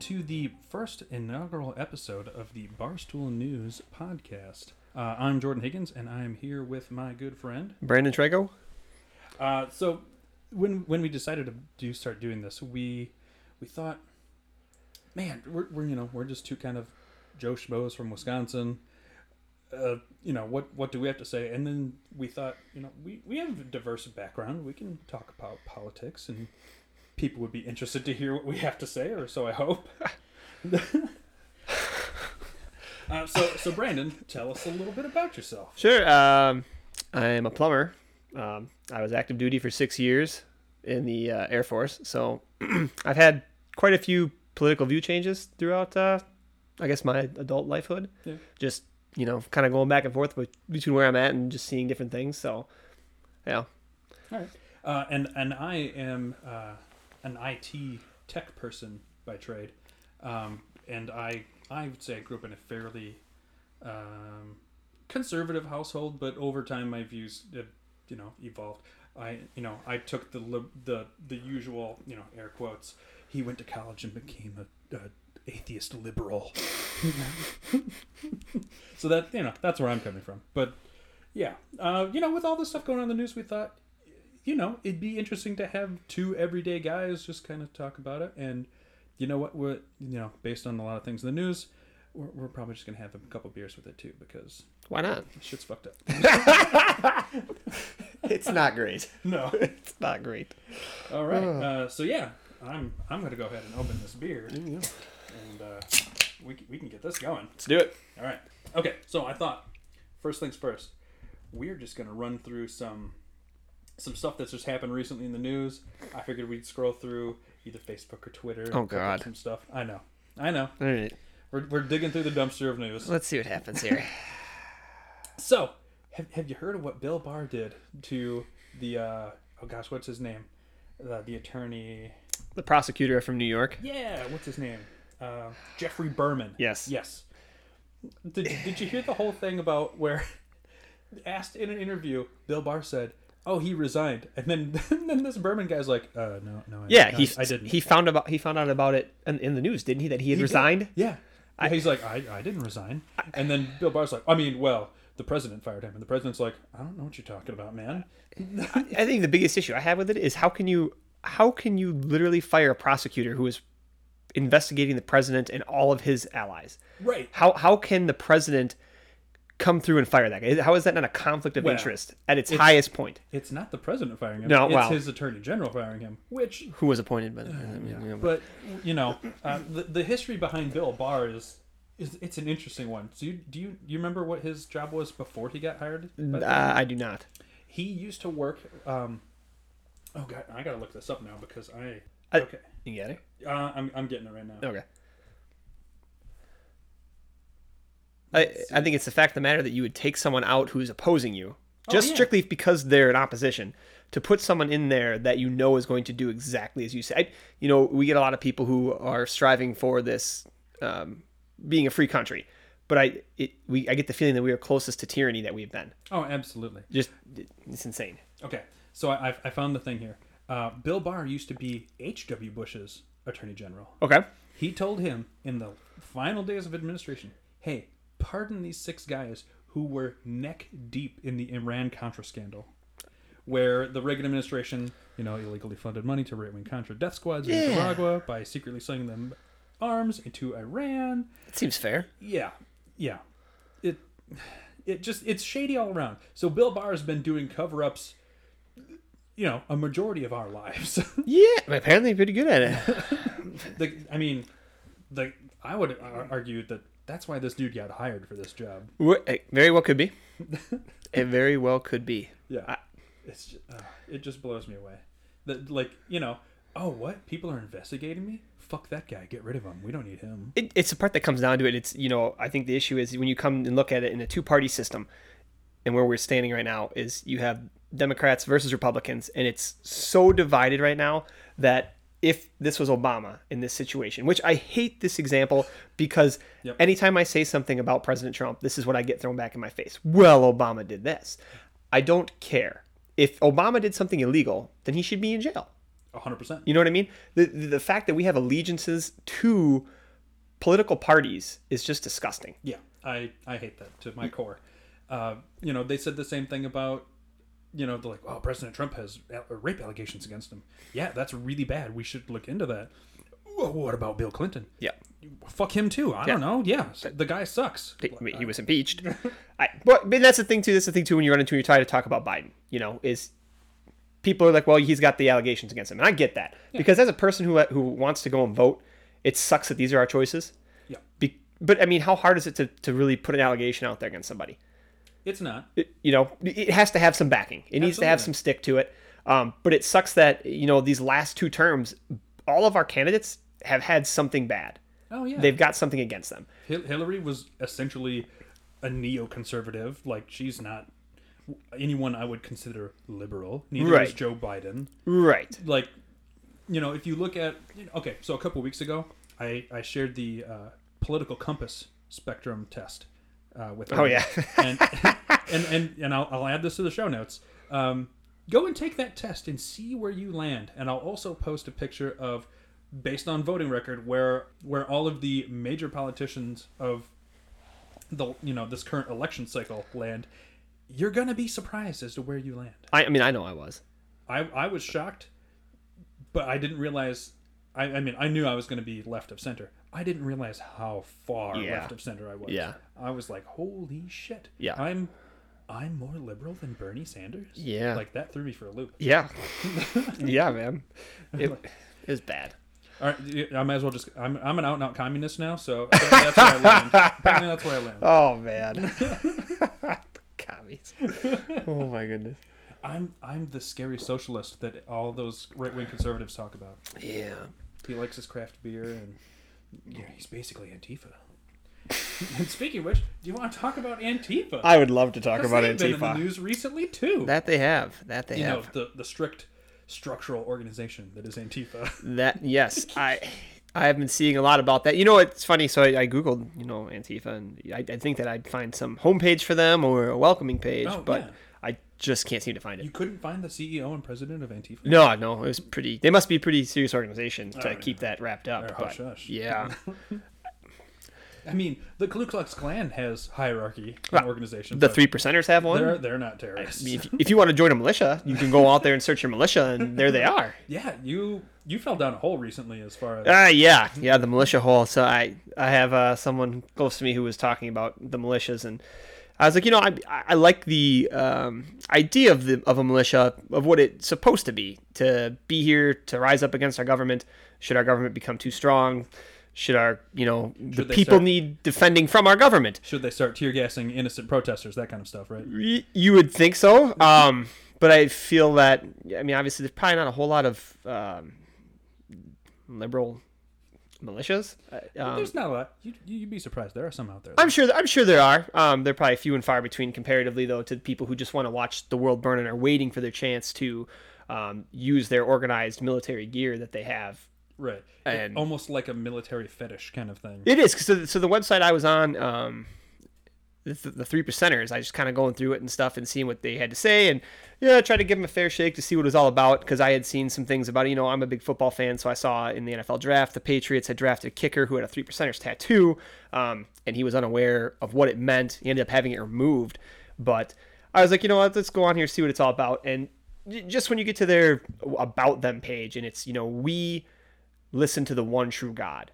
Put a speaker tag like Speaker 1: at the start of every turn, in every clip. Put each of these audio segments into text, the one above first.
Speaker 1: to the first inaugural episode of the Barstool News podcast. Uh, I'm Jordan Higgins, and I am here with my good friend.
Speaker 2: Brandon Trago?
Speaker 1: Uh, so, when when we decided to do start doing this, we we thought, man, we're, we're you know we're just two kind of Joe Schmoes from Wisconsin. Uh, you know what what do we have to say? And then we thought, you know, we we have a diverse background. We can talk about politics and people would be interested to hear what we have to say, or so I hope. uh, so, so Brandon, tell us a little bit about yourself.
Speaker 2: Sure. Um, I am a plumber. Um, I was active duty for six years in the uh, Air Force, so I've had quite a few political view changes throughout, uh, I guess, my adult lifehood.
Speaker 1: Yeah.
Speaker 2: Just you know, kind of going back and forth with, between where I'm at and just seeing different things. So, yeah.
Speaker 1: All right. Uh, and and I am uh, an IT tech person by trade, um, and I I would say I grew up in a fairly um, conservative household, but over time my views have, you know evolved. I you know I took the lib- the the usual you know air quotes. He went to college and became a, a atheist liberal. so that you know that's where I'm coming from, but. Yeah, uh, you know, with all this stuff going on in the news, we thought you know, it'd be interesting to have two everyday guys just kind of talk about it. And you know what? We're, you know, based on a lot of things in the news, we're, we're probably just going to have a couple beers with it too because
Speaker 2: Why not?
Speaker 1: shit's fucked up.
Speaker 2: It's not great.
Speaker 1: no.
Speaker 2: It's not great.
Speaker 1: All right. Uh, so, yeah, I'm I'm going to go ahead and open this beer
Speaker 2: Yeah.
Speaker 1: and uh, we, can- we can get this going.
Speaker 2: Let's do it.
Speaker 1: All right. Okay. So I thought, first things first, we're just gonna run through some some stuff that's just happened recently in the news. I figured we'd scroll through either Facebook or Twitter.
Speaker 2: Oh,
Speaker 1: and pick up
Speaker 2: God.
Speaker 1: Some stuff. I know. I know.
Speaker 2: All right.
Speaker 1: We're, we're digging through the dumpster of news.
Speaker 2: Let's see what happens here.
Speaker 1: So, have, have you heard of what Bill Barr did to the uh, oh gosh, what's his name? Uh, the attorney.
Speaker 2: the prosecutor from New York.
Speaker 1: Yeah, what's his name? Uh, Jeffrey Berman.
Speaker 2: Yes.
Speaker 1: Yes. Did, did you hear the whole thing about where asked in an interview, Bill Barr said, "Oh, he resigned," and then and then this Berman guy's like, "Uh, no, no, I,
Speaker 2: Yeah,
Speaker 1: no,
Speaker 2: he
Speaker 1: I didn't."
Speaker 2: he found about he found out about it in, in the news, didn't he? That he had
Speaker 1: He did.
Speaker 2: resigned.
Speaker 1: yeah, Yeah, he's like, I, "I didn't resign," and then Bill Barr's like, "I mean, well, the president fired him," and the president's like, "I don't know what you're talking about, man."
Speaker 2: I think the biggest issue I have with it is how can you how can you literally fire a prosecutor who is investigating the president and all of his allies?
Speaker 1: Right.
Speaker 2: How how can the president come through and fire that guy? How is that not a conflict of
Speaker 1: Well,
Speaker 2: interest at its, highest point?
Speaker 1: It's not the president firing him.
Speaker 2: No,
Speaker 1: it's
Speaker 2: wow.
Speaker 1: his attorney general firing him, which
Speaker 2: Who was appointed by the president?
Speaker 1: but you know uh, the, the history behind bill barr is, is it's an interesting one so you, do you you remember what his job was before he got hired by the-
Speaker 2: uh, I do not.
Speaker 1: he used to work um oh god i gotta look this up now because i
Speaker 2: I-
Speaker 1: okay
Speaker 2: You get it?
Speaker 1: uh, I'm, I'm getting it right now
Speaker 2: Okay. I, I think it's the fact of the matter that you would take someone out who's opposing you, just
Speaker 1: yeah.
Speaker 2: strictly because they're in opposition, to put someone in there that you know is going to do exactly as you say. I, you know, we get a lot of people who are striving for this um, being a free country, but I it, we I get the feeling that we are closest to tyranny that we've been.
Speaker 1: oh absolutely
Speaker 2: Just it's insane.
Speaker 1: okay so i i, I found the thing here uh, bill barr used to be hw bush's attorney general
Speaker 2: Okay.
Speaker 1: He told him in the final days of administration, "Hey, pardon these six guys who were neck deep in the Iran Contra scandal, where the Reagan administration, you know, illegally funded money to right-wing Contra death squads in Nicaragua by secretly selling them arms into Iran.
Speaker 2: It seems fair.
Speaker 1: Yeah, yeah, it." It just it's shady all around. So Bill Barr has been doing cover-ups you know, a majority of our lives.
Speaker 2: Yeah, apparently pretty good at it.
Speaker 1: the, I mean, the I would ar- argue that that's why this dude got hired for this job.
Speaker 2: Wh- It eh, very well could be. It very well could be.
Speaker 1: Yeah, it's just, uh, it just blows me away. That like you know, oh what people are investigating me? Fuck that guy, get rid of him. We don't need him.
Speaker 2: it, it's the part that comes down to it. It's you know I think the issue is when you come and look at it in a two party system, and where we're standing right now is you have Democrats versus Republicans, and it's so divided right now that if this was Obama in this situation, which I hate this example because
Speaker 1: Yep.
Speaker 2: anytime I say something about President Trump, this is what I get thrown back in my face. Well, Obama did this. I don't care. If Obama did something illegal, then he should be in jail.
Speaker 1: hundred percent.
Speaker 2: You know what I mean? The the the fact that we have allegiances to political parties is just disgusting.
Speaker 1: Yeah, I I hate that to my core. Uh, you know, they said the same thing about, you know, they're like, "Oh, President Trump has a- rape allegations against him." Yeah, that's really bad. We should look into that. Well, what about Bill Clinton?
Speaker 2: Yeah.
Speaker 1: Fuck him too. I don't know. Yeah, s- the guy sucks.
Speaker 2: I mean, he was impeached. I, but, but that's the thing too. That's the thing too. When you run into when you try to talk about Biden, you know, is people are like, well, he's got the allegations against him, and I get that because as a person who who wants to go and vote, it sucks that these are our choices.
Speaker 1: Yeah,
Speaker 2: Be, but I mean, how hard is it to, to really put an allegation out there against somebody?
Speaker 1: it's not.
Speaker 2: It, you know, it has to have some backing. It needs to have
Speaker 1: Absolutely.
Speaker 2: some stick to it. Um, but it sucks that you know these last two terms, all of our candidates have had something bad.
Speaker 1: Oh yeah,
Speaker 2: They've got something against them.
Speaker 1: Hil- Hillary was essentially a neoconservative. Like she's not anyone I would consider liberal. Neither is
Speaker 2: Right.
Speaker 1: Joe Biden.
Speaker 2: Right.
Speaker 1: Like, you know, if you look at you know, okay, so a couple weeks ago, I I shared the uh, political compass spectrum test uh, with.
Speaker 2: Oh, yeah.
Speaker 1: and and and, and I'll, I'll add this to the show notes. Um, go and take that test and see where you land. And I'll also post a picture of, based on voting record, where where all of the major politicians of the you know this current election cycle land. You're gonna be surprised as to where you land.
Speaker 2: I, I mean, I know I was.
Speaker 1: I I was shocked, but I didn't realize. I, I mean, I knew I was going to be left of center. I didn't realize how far
Speaker 2: Yeah.
Speaker 1: left of center I was.
Speaker 2: Yeah.
Speaker 1: I was like, holy shit.
Speaker 2: Yeah.
Speaker 1: I'm, I'm more liberal than Bernie Sanders.
Speaker 2: Yeah.
Speaker 1: Like that threw me for a loop.
Speaker 2: Yeah. yeah, man. It, it was bad.
Speaker 1: All right, y- I might as well just. I'm, I'm an out and out communist now, so apparently that's where I land. Apparently that's where I land.
Speaker 2: Oh, man. Commies. Oh, my goodness.
Speaker 1: I'm I'm the scary socialist that all those right wing conservatives talk about.
Speaker 2: Yeah.
Speaker 1: He likes his craft beer, and yeah, he's basically Antifa. and speaking of which, do you want to talk about Antifa?
Speaker 2: I would love to talk
Speaker 1: 'Cause
Speaker 2: about
Speaker 1: they've Been in the
Speaker 2: Antifa.
Speaker 1: news recently too.
Speaker 2: That they have. That they
Speaker 1: you know
Speaker 2: have.
Speaker 1: the the strict structural organization that is Antifa.
Speaker 2: That, yes. I. I have been seeing a lot about that. You know, it's funny. So I, I googled, you know, Antifa, and I, I think that I'd find some homepage for them or a welcoming page,
Speaker 1: Oh,
Speaker 2: but
Speaker 1: yeah.
Speaker 2: I just can't seem to find it.
Speaker 1: You couldn't find the CEO and president of Antifa.
Speaker 2: No, no, it was pretty. They must be a pretty serious organization to
Speaker 1: yeah.
Speaker 2: keep that wrapped up.
Speaker 1: They're
Speaker 2: but-
Speaker 1: hush hush.
Speaker 2: Yeah,
Speaker 1: I mean, the Ku Klux Klan has hierarchy and
Speaker 2: Well,
Speaker 1: organization.
Speaker 2: the
Speaker 1: but
Speaker 2: three percenters have one.
Speaker 1: They're they're not terrorists.
Speaker 2: if, if you want to join a militia, you can go out there and search your militia, and there they are.
Speaker 1: yeah, you you fell down a hole recently as far as
Speaker 2: Uh, yeah, yeah, the militia hole. So I, I have uh, someone close to me who was talking about the militias, and I was like, you know, I, I like the um, idea of the of a militia of what it's supposed to be to be here to rise up against our government. Should our government become too strong? Should our, you know, the
Speaker 1: Should they
Speaker 2: people
Speaker 1: start-
Speaker 2: need defending from our government?
Speaker 1: should they start tear gassing innocent protesters, that kind of stuff, right?
Speaker 2: Y- You would think so, um, but I feel that I mean, obviously, there's probably not a whole lot of um, liberal militias. Uh, Um,
Speaker 1: There's not a lot. You, you'd be surprised. There are some out there.
Speaker 2: I'm sure. I'm sure there are. Um, they're probably few and far between comparatively, though, to the people who just want to watch the world burn and are waiting for their chance to um, use their organized military gear that they have
Speaker 1: Right. It-
Speaker 2: And-
Speaker 1: almost like a military fetish kind of thing.
Speaker 2: It is. 'cause So, so the website I was on, um, the, th- the three percenters, I just kind of going through it and stuff and seeing what they had to say. And yeah, I tried to give them a fair shake to see what it was all about because I had seen some things about, it. you know, I'm a big football fan. So I saw in the NFL draft, the Patriots had drafted a kicker who had a three percenters tattoo. Um, and he was unaware of what it meant. He ended up having it removed. But I was like, you know what, let's go on here, see what it's all about. And j- just when you get to their about them page and it's, you know, we listen to the one true God.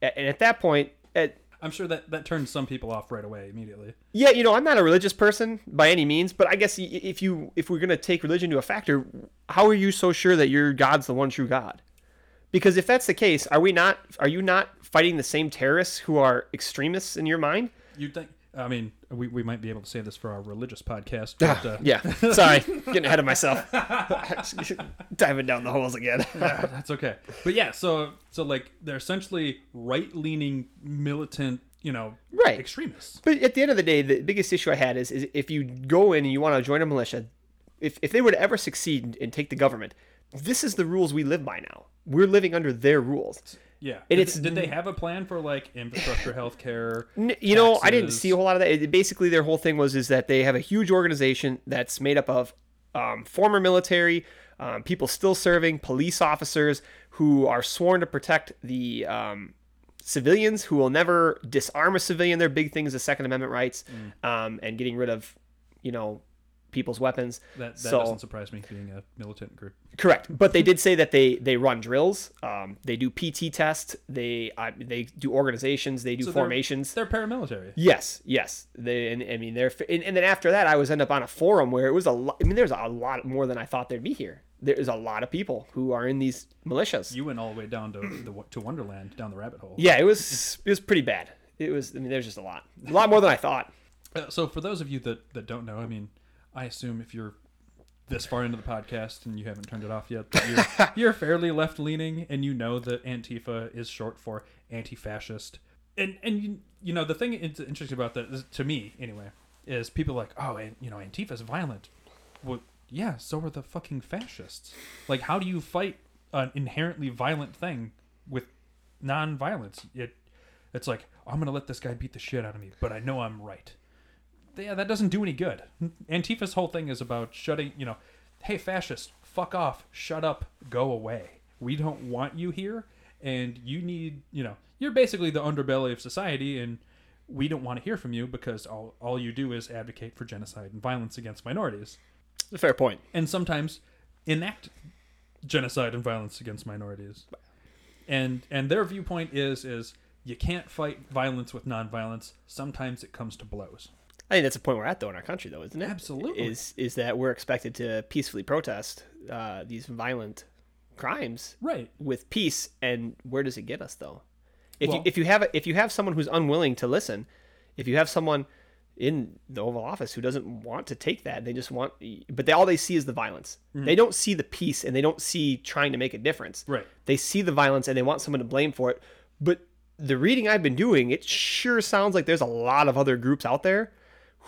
Speaker 2: A- And at that point, at,
Speaker 1: I'm sure that that turns some people off right away immediately.
Speaker 2: yeah, you know, I'm not a religious person by any means, but I guess i- if you if we're gonna take religion to a factor, how are you so sure that your God's the one true God? Because if that's the case, are we not? Are you not fighting the same terrorists who are extremists in your mind?
Speaker 1: You'd think. I mean, we, we might be able to say this for our religious podcast. But, uh,
Speaker 2: Ah, Yeah. Sorry, getting ahead of myself. Diving down the holes again.
Speaker 1: that's okay. But yeah, so so like they're essentially right leaning militant, you know,
Speaker 2: Right.
Speaker 1: extremists.
Speaker 2: But at the end of the day, the biggest issue I had is, is if you go in and you want to join a militia, if, if they were to ever succeed and take the government, this is the rules we live by now. We're living under their rules.
Speaker 1: Yeah.
Speaker 2: And
Speaker 1: did,
Speaker 2: it's-
Speaker 1: did they have a plan for like infrastructure, healthcare?
Speaker 2: N- You know, I didn't
Speaker 1: taxes?
Speaker 2: see a whole lot of that. It, basically, their whole thing was is that they have a huge organization that's made up of um, former military, um, people still serving, police officers who are sworn to protect the um, civilians who will never disarm a civilian. Their big thing is the Second Amendment rights
Speaker 1: Mm.
Speaker 2: um, and getting rid of, you know, people's weapons.
Speaker 1: That, that
Speaker 2: So-
Speaker 1: doesn't surprise me being a militant group.
Speaker 2: Correct, but they did say that they they run drills, um, they do PT tests, they uh, they do organizations, they do
Speaker 1: So they're-
Speaker 2: formations.
Speaker 1: They're paramilitary.
Speaker 2: yes, yes. They and I mean they're and, and then after that I was end up on a forum where it was a lot. I mean there's a lot more than I thought there'd be here. There's a lot of people who are in these militias.
Speaker 1: You went all the way down to the to Wonderland, down the rabbit hole.
Speaker 2: yeah, it was it was pretty bad. It was I mean there's just a lot, a lot more than I thought.
Speaker 1: Uh, so for those of you that, that don't know, I mean, I assume if you're this far into the podcast and you haven't turned it off yet, that you're, you're fairly left leaning and you know that Antifa is short for anti-fascist. And and you, you know the thing it's interesting about that is- to me anyway is people are like oh and you know Antifa's violent. Well, yeah, so are the fucking fascists. Like, how do you fight an inherently violent thing with non-violence? It it's like I'm gonna let this guy beat the shit out of me, but I know I'm right yeah, that doesn't do any good. Antifa's whole thing is about shutting, you know, hey, fascist, fuck off, shut up, go away. We don't want you here, and you need, you know, you're basically the underbelly of society, and we don't want to hear from you because all, all you do is advocate for genocide and violence against minorities,
Speaker 2: It's a fair point.
Speaker 1: and sometimes enact genocide and violence against minorities. And and their viewpoint is is you can't fight violence with nonviolence. Sometimes it comes to blows.
Speaker 2: I think that's the point we're at though in our country though, isn't it?
Speaker 1: Absolutely.
Speaker 2: Is is that we're expected to peacefully protest uh, these violent crimes
Speaker 1: Right.
Speaker 2: with peace, and where does it get us though? If
Speaker 1: Well-
Speaker 2: you if you have if you have someone who's unwilling to listen, if you have someone in the Oval Office who doesn't want to take that, they just want, but they, all they see is the violence.
Speaker 1: Mm-hmm.
Speaker 2: They don't see the peace, and they don't see trying to make a difference.
Speaker 1: Right.
Speaker 2: They see the violence, and they want someone to blame for it. But the reading I've been doing, it sure sounds like there's a lot of other groups out there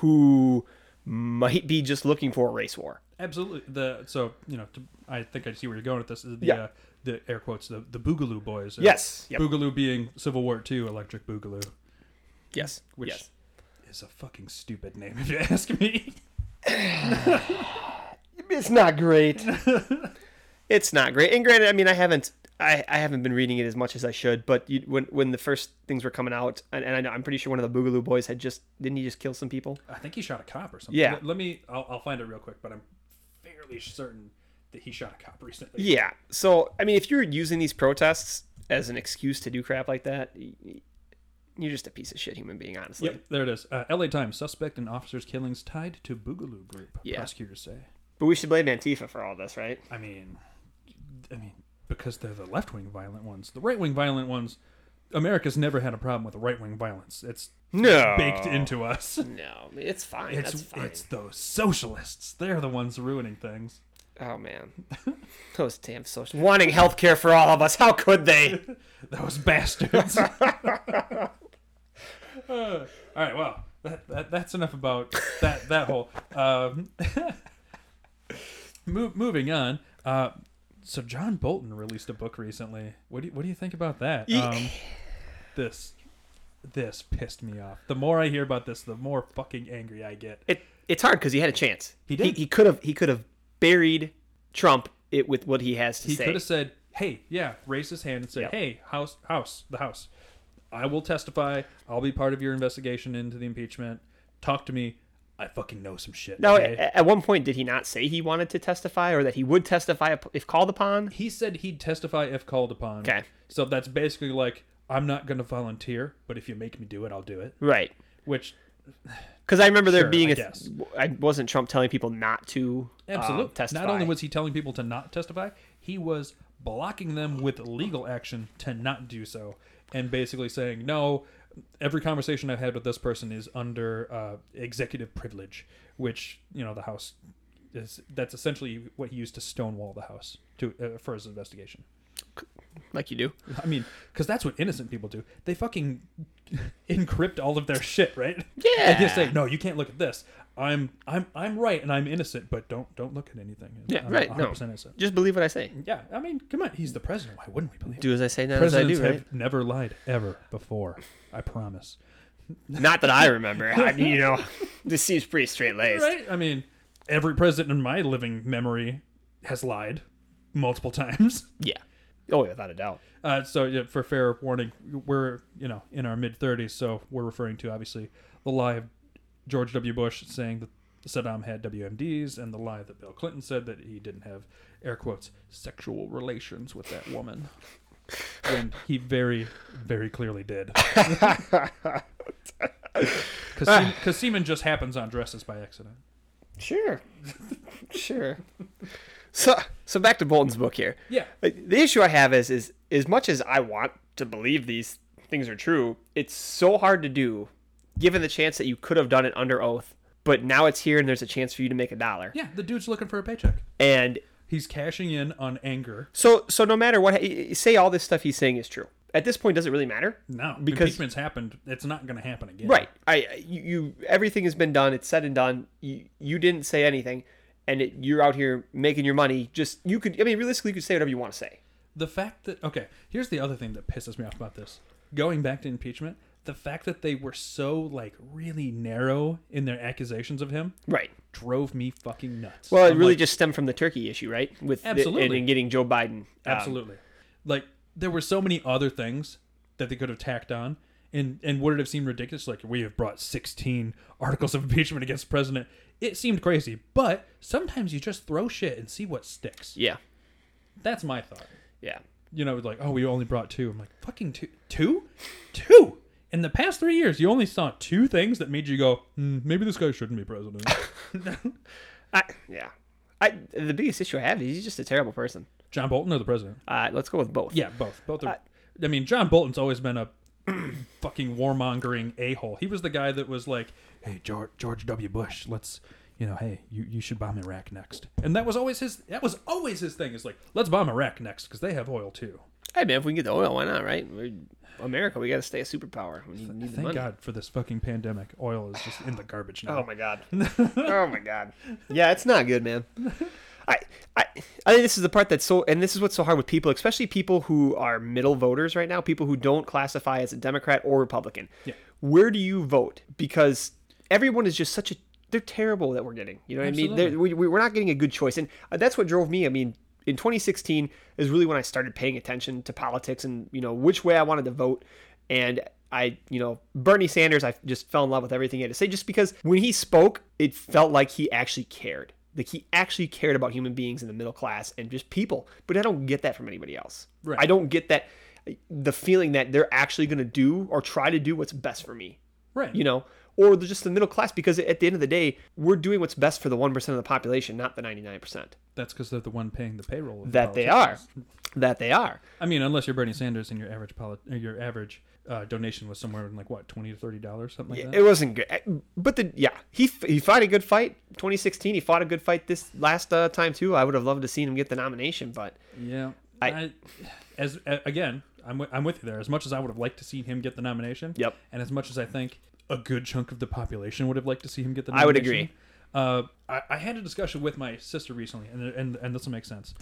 Speaker 2: who might be just looking for a race war.
Speaker 1: Absolutely. The so you know to, I think I see where you're going with this. The
Speaker 2: Yeah.
Speaker 1: uh, the air quotes the the Boogaloo boys.
Speaker 2: Yes. Yep.
Speaker 1: Boogaloo being Civil War II Electric Boogaloo,
Speaker 2: Yes.
Speaker 1: which
Speaker 2: yes.
Speaker 1: is a fucking stupid name if you ask me.
Speaker 2: it's not great. it's not great. And granted, I mean, I haven't, I, I haven't been reading it as much as I should. But you, when when the first things were coming out, and, and I know, I'm pretty sure one of the Boogaloo boys had just didn't he just kill some people?
Speaker 1: I think he shot a cop or something.
Speaker 2: Yeah.
Speaker 1: Let, let me. I'll, I'll find it real quick, but I'm fairly certain that he shot a cop recently.
Speaker 2: Yeah. So I mean, if you're using these protests as an excuse to do crap like that, y- y- you're just a piece of shit human being, honestly.
Speaker 1: Yep, there it is. Uh, L.A. Times: Suspect in officers' killings tied to Boogaloo group.
Speaker 2: Yeah.
Speaker 1: Prosecutors say.
Speaker 2: But we should blame Antifa for all this, right?
Speaker 1: I mean, I mean, because they're the left wing violent ones. The right wing violent ones, America's never had a problem with right wing violence. It's
Speaker 2: No.
Speaker 1: baked into us.
Speaker 2: No, it's fine. That's
Speaker 1: It's
Speaker 2: fine.
Speaker 1: it's those socialists. They're the ones ruining things.
Speaker 2: Oh man, those damn social wanting health care for all of us. How could they?
Speaker 1: Those bastards. Uh, all right. Well, that, that that's enough about that that whole. Um, mo- moving on. Uh, so John Bolton released a book recently. What do you, what do you think about that?
Speaker 2: Yeah.
Speaker 1: Um, this this pissed me off. The more I hear about this, the more fucking angry I get.
Speaker 2: It it's hard because he had a chance. He
Speaker 1: did.
Speaker 2: He, could have. He could have buried Trump it with what he has to
Speaker 1: He
Speaker 2: say.
Speaker 1: could have said, "Hey, yeah," raise his hand and said,
Speaker 2: Yep.
Speaker 1: "Hey, House, House, the House, I will testify. I'll be part of your investigation into the impeachment. Talk to me. I fucking know some shit."
Speaker 2: Now,
Speaker 1: okay?"
Speaker 2: a- at one point, did he not say he wanted to testify or that he would testify up- if called upon?
Speaker 1: he said he'd testify if called upon.
Speaker 2: Okay.
Speaker 1: So that's basically like, I'm not going to volunteer, but if you make me do it, I'll do it.
Speaker 2: Right.
Speaker 1: Which
Speaker 2: Because I remember there
Speaker 1: Sure,
Speaker 2: being
Speaker 1: I
Speaker 2: a. th-
Speaker 1: guess.
Speaker 2: I wasn't Trump telling people not to um,
Speaker 1: absolutely.
Speaker 2: testify.
Speaker 1: Not only was he telling people to not testify, he was blocking them with legal action to not do so, and basically saying no. Every conversation I've had with this person is under uh, executive privilege, which you know the House is. That's essentially what he used to stonewall the House to uh, for his investigation.
Speaker 2: like you do.
Speaker 1: I mean, because that's what innocent people do. They fucking encrypt all of their shit, right?
Speaker 2: Yeah.
Speaker 1: They just say, "No, you can't look at this. I'm, I'm, I'm right, and I'm innocent. But don't, don't look at anything.
Speaker 2: Yeah,
Speaker 1: I'm
Speaker 2: right, no.
Speaker 1: 100% innocent.
Speaker 2: Just believe what I say.
Speaker 1: Yeah. I mean, come on. He's the president. Why wouldn't we believe? him?
Speaker 2: Do as I say, not as I
Speaker 1: Presidents
Speaker 2: do. Right?
Speaker 1: have never lied ever before. I promise.
Speaker 2: Not that I remember. I mean, you know, this seems pretty straight laced.
Speaker 1: Right? I mean, every president in my living memory has lied multiple times.
Speaker 2: Yeah. Oh, yeah, without a doubt.
Speaker 1: Uh, so yeah, for fair warning, we're you know in our mid 30s, so we're referring to obviously the lie of George W. Bush saying that Saddam had WMDs, and the lie that Bill Clinton said that he didn't have air quotes sexual relations with that woman, when he very very clearly did. Because semen, 'cause semen just happens on dresses by accident.
Speaker 2: Sure. sure. So, so back to Bolton's book here.
Speaker 1: Yeah.
Speaker 2: Like, The issue I have is, is as much as I want to believe these things are true, it's so hard to do, given the chance that you could have done it under oath. But now it's here, and there's a chance for you to make a dollar.
Speaker 1: Yeah, the dude's looking for a paycheck.
Speaker 2: And
Speaker 1: He's cashing in on anger.
Speaker 2: so, so no matter what, y- y- say all this stuff he's saying is true. At this point, does it really matter?
Speaker 1: No,
Speaker 2: Because-
Speaker 1: impeachment's happened. It's not going to happen again.
Speaker 2: Right. I you, you everything has been done. It's said and done. You, you didn't say anything, and it, you're out here making your money. Just you could. I mean, realistically, you could say whatever you want to say.
Speaker 1: The fact that okay, here's the other thing that pisses me off about this. Going back to impeachment, the fact that they were so like really narrow in their accusations of him
Speaker 2: Right.
Speaker 1: drove me fucking nuts.
Speaker 2: Well, it
Speaker 1: I'm
Speaker 2: really
Speaker 1: like,
Speaker 2: just stemmed from the Turkey issue, right? With the- and,
Speaker 1: Absolutely.
Speaker 2: and getting Joe Biden. um,
Speaker 1: absolutely. like there were so many other things that they could have tacked on. And, and would it have seemed ridiculous? Like we have brought sixteen articles of impeachment against the president. It seemed crazy, but sometimes you just throw shit and see what sticks.
Speaker 2: yeah.
Speaker 1: That's my thought.
Speaker 2: Yeah.
Speaker 1: you know, like, oh, we only brought two. I'm like, fucking two, two, two. In the past three years, you only saw two things that made you go, hmm, maybe this guy shouldn't be president.
Speaker 2: I, yeah. I the biggest issue I have is he's just a terrible person.
Speaker 1: John Bolton or the president?
Speaker 2: Uh, let's go with both.
Speaker 1: Yeah, both. Both are.
Speaker 2: Uh,
Speaker 1: I mean, John Bolton's always been a fucking warmongering a hole. He was the guy that was like, hey, George, George W. Bush, let's. You know, hey, you, you should bomb Iraq next, and that was always his. That was always his thing. Is like, let's bomb Iraq next because they have oil too.
Speaker 2: Hey man, if we can get the oil, why not? Right? We're, America, we got to stay a superpower. We need, need the
Speaker 1: Thank
Speaker 2: money.
Speaker 1: God for this fucking pandemic. Oil is just in the garbage now.
Speaker 2: Oh my god. oh my god. Yeah, it's not good, man. I, I I think this is the part that's so and this is what's so hard with people, especially people who are middle voters right now, people who don't classify as a Democrat or Republican.
Speaker 1: Yeah.
Speaker 2: Where do you vote? Because everyone is just such a they're terrible that we're getting. You know what I mean? They're- We, we- we're not getting a good choice, and uh, that's what drove me. I mean, in 2016 is really when I started paying attention to politics and you know which way I wanted to vote. And I, you know, Bernie Sanders, I just fell in love with everything he had to say, just because when he spoke, it felt like he actually cared. Like he actually cared about human beings in the middle class and just people. But I don't get that from anybody else.
Speaker 1: Right.
Speaker 2: I don't get that uh, the feeling that they're actually going to do or try to do what's best for me
Speaker 1: Right.
Speaker 2: you know, or the- just the middle class, because at the end of the day, we're doing what's best for the 1% of the population, not the 99%.
Speaker 1: That's because they're the one paying the payroll. Of the
Speaker 2: That they are.
Speaker 1: politicians.
Speaker 2: That they are.
Speaker 1: I mean, unless you're Bernie Sanders and your average polit- or your average uh, donation was somewhere in like what twenty to thirty dollars, something like that.
Speaker 2: It wasn't good. Eh, But the, yeah, he, f- he fought a good fight. 2016, he fought a good fight this last uh, time, too. I would have loved to see him get the nomination, but
Speaker 1: yeah.
Speaker 2: I-
Speaker 1: as a- again, I'm wi- I'm with you there. As much as I would have liked to see him get the nomination.
Speaker 2: Yep.
Speaker 1: And as much as I think a good chunk of the population would have liked to see him get the
Speaker 2: I
Speaker 1: nomination.
Speaker 2: would agree.
Speaker 1: Uh, I, I had a discussion with my sister recently, and and and this will make sense.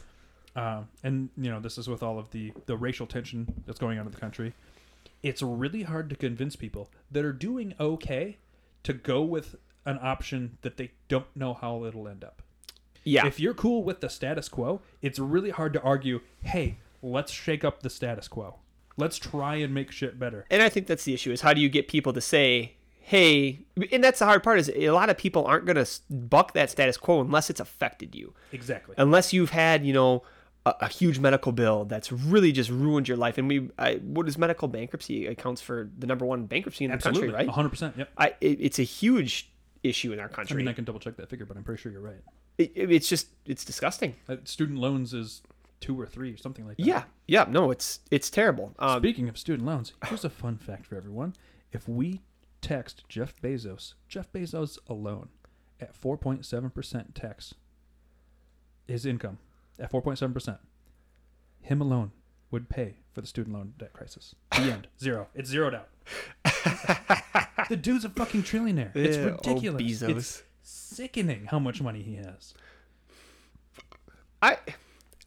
Speaker 1: Um, and you know, this is with all of the the racial tension that's going on in the country. It's really hard to convince people that are doing okay to go with an option that they don't know how it'll end up.
Speaker 2: yeah.
Speaker 1: If you're cool with the status quo, it's really hard to argue, hey, let's shake up the status quo. Let's try and make shit better.
Speaker 2: and I think that's the issue is how do you get people to say, hey, and that's the hard part is a lot of people aren't going to buck that status quo unless it's affected you.
Speaker 1: Exactly.
Speaker 2: unless you've had you know a, a huge medical bill that's really just ruined your life and we I, what is medical bankruptcy accounts for the number one bankruptcy in the
Speaker 1: Absolutely.
Speaker 2: country right
Speaker 1: 100%. Yep.
Speaker 2: I, it, it's a huge issue in our
Speaker 1: I
Speaker 2: country
Speaker 1: mean, I can double check that figure, but I'm pretty sure you're right.
Speaker 2: It- it- it's just it's disgusting
Speaker 1: Uh, student loans is two or three, something like that.
Speaker 2: yeah yeah no it's it's terrible um,
Speaker 1: Speaking of student loans, here's a fun fact for everyone. If we text Jeff Bezos, Jeff Bezos alone at 4.7% tax, his income at 4.7%, him alone would pay for the student loan debt crisis. The end. Zero. It's zeroed out. the dude's a fucking trillionaire. It's
Speaker 2: Yeah, oh,
Speaker 1: ridiculous.
Speaker 2: Bezos.
Speaker 1: It's sickening how much money he has.
Speaker 2: I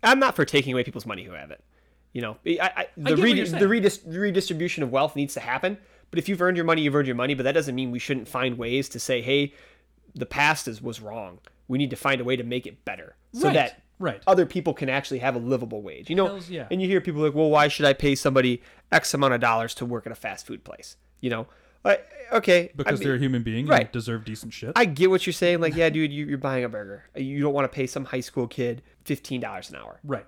Speaker 2: I'm not for taking away people's money who have it. You know, I, I, the,
Speaker 1: get what you're
Speaker 2: redi-
Speaker 1: saying.
Speaker 2: the redis- redistribution of wealth needs to happen. But if you've earned your money, you've earned your money. But that doesn't mean we shouldn't find ways to say, hey, the past is was wrong. We need to find a way to make it better so
Speaker 1: Right.
Speaker 2: that
Speaker 1: Right.
Speaker 2: other people can actually have a livable wage. You know,
Speaker 1: Hells yeah.
Speaker 2: and you hear people like, well, why should I pay somebody X amount of dollars to work at a fast food place? You know, like, okay, I
Speaker 1: Because
Speaker 2: mean-
Speaker 1: they're a human being
Speaker 2: right.
Speaker 1: and deserve decent shit.
Speaker 2: I get what you're saying. Like, yeah, dude, you, you're buying a burger. You don't want to pay some high school kid fifteen dollars an hour.
Speaker 1: Right.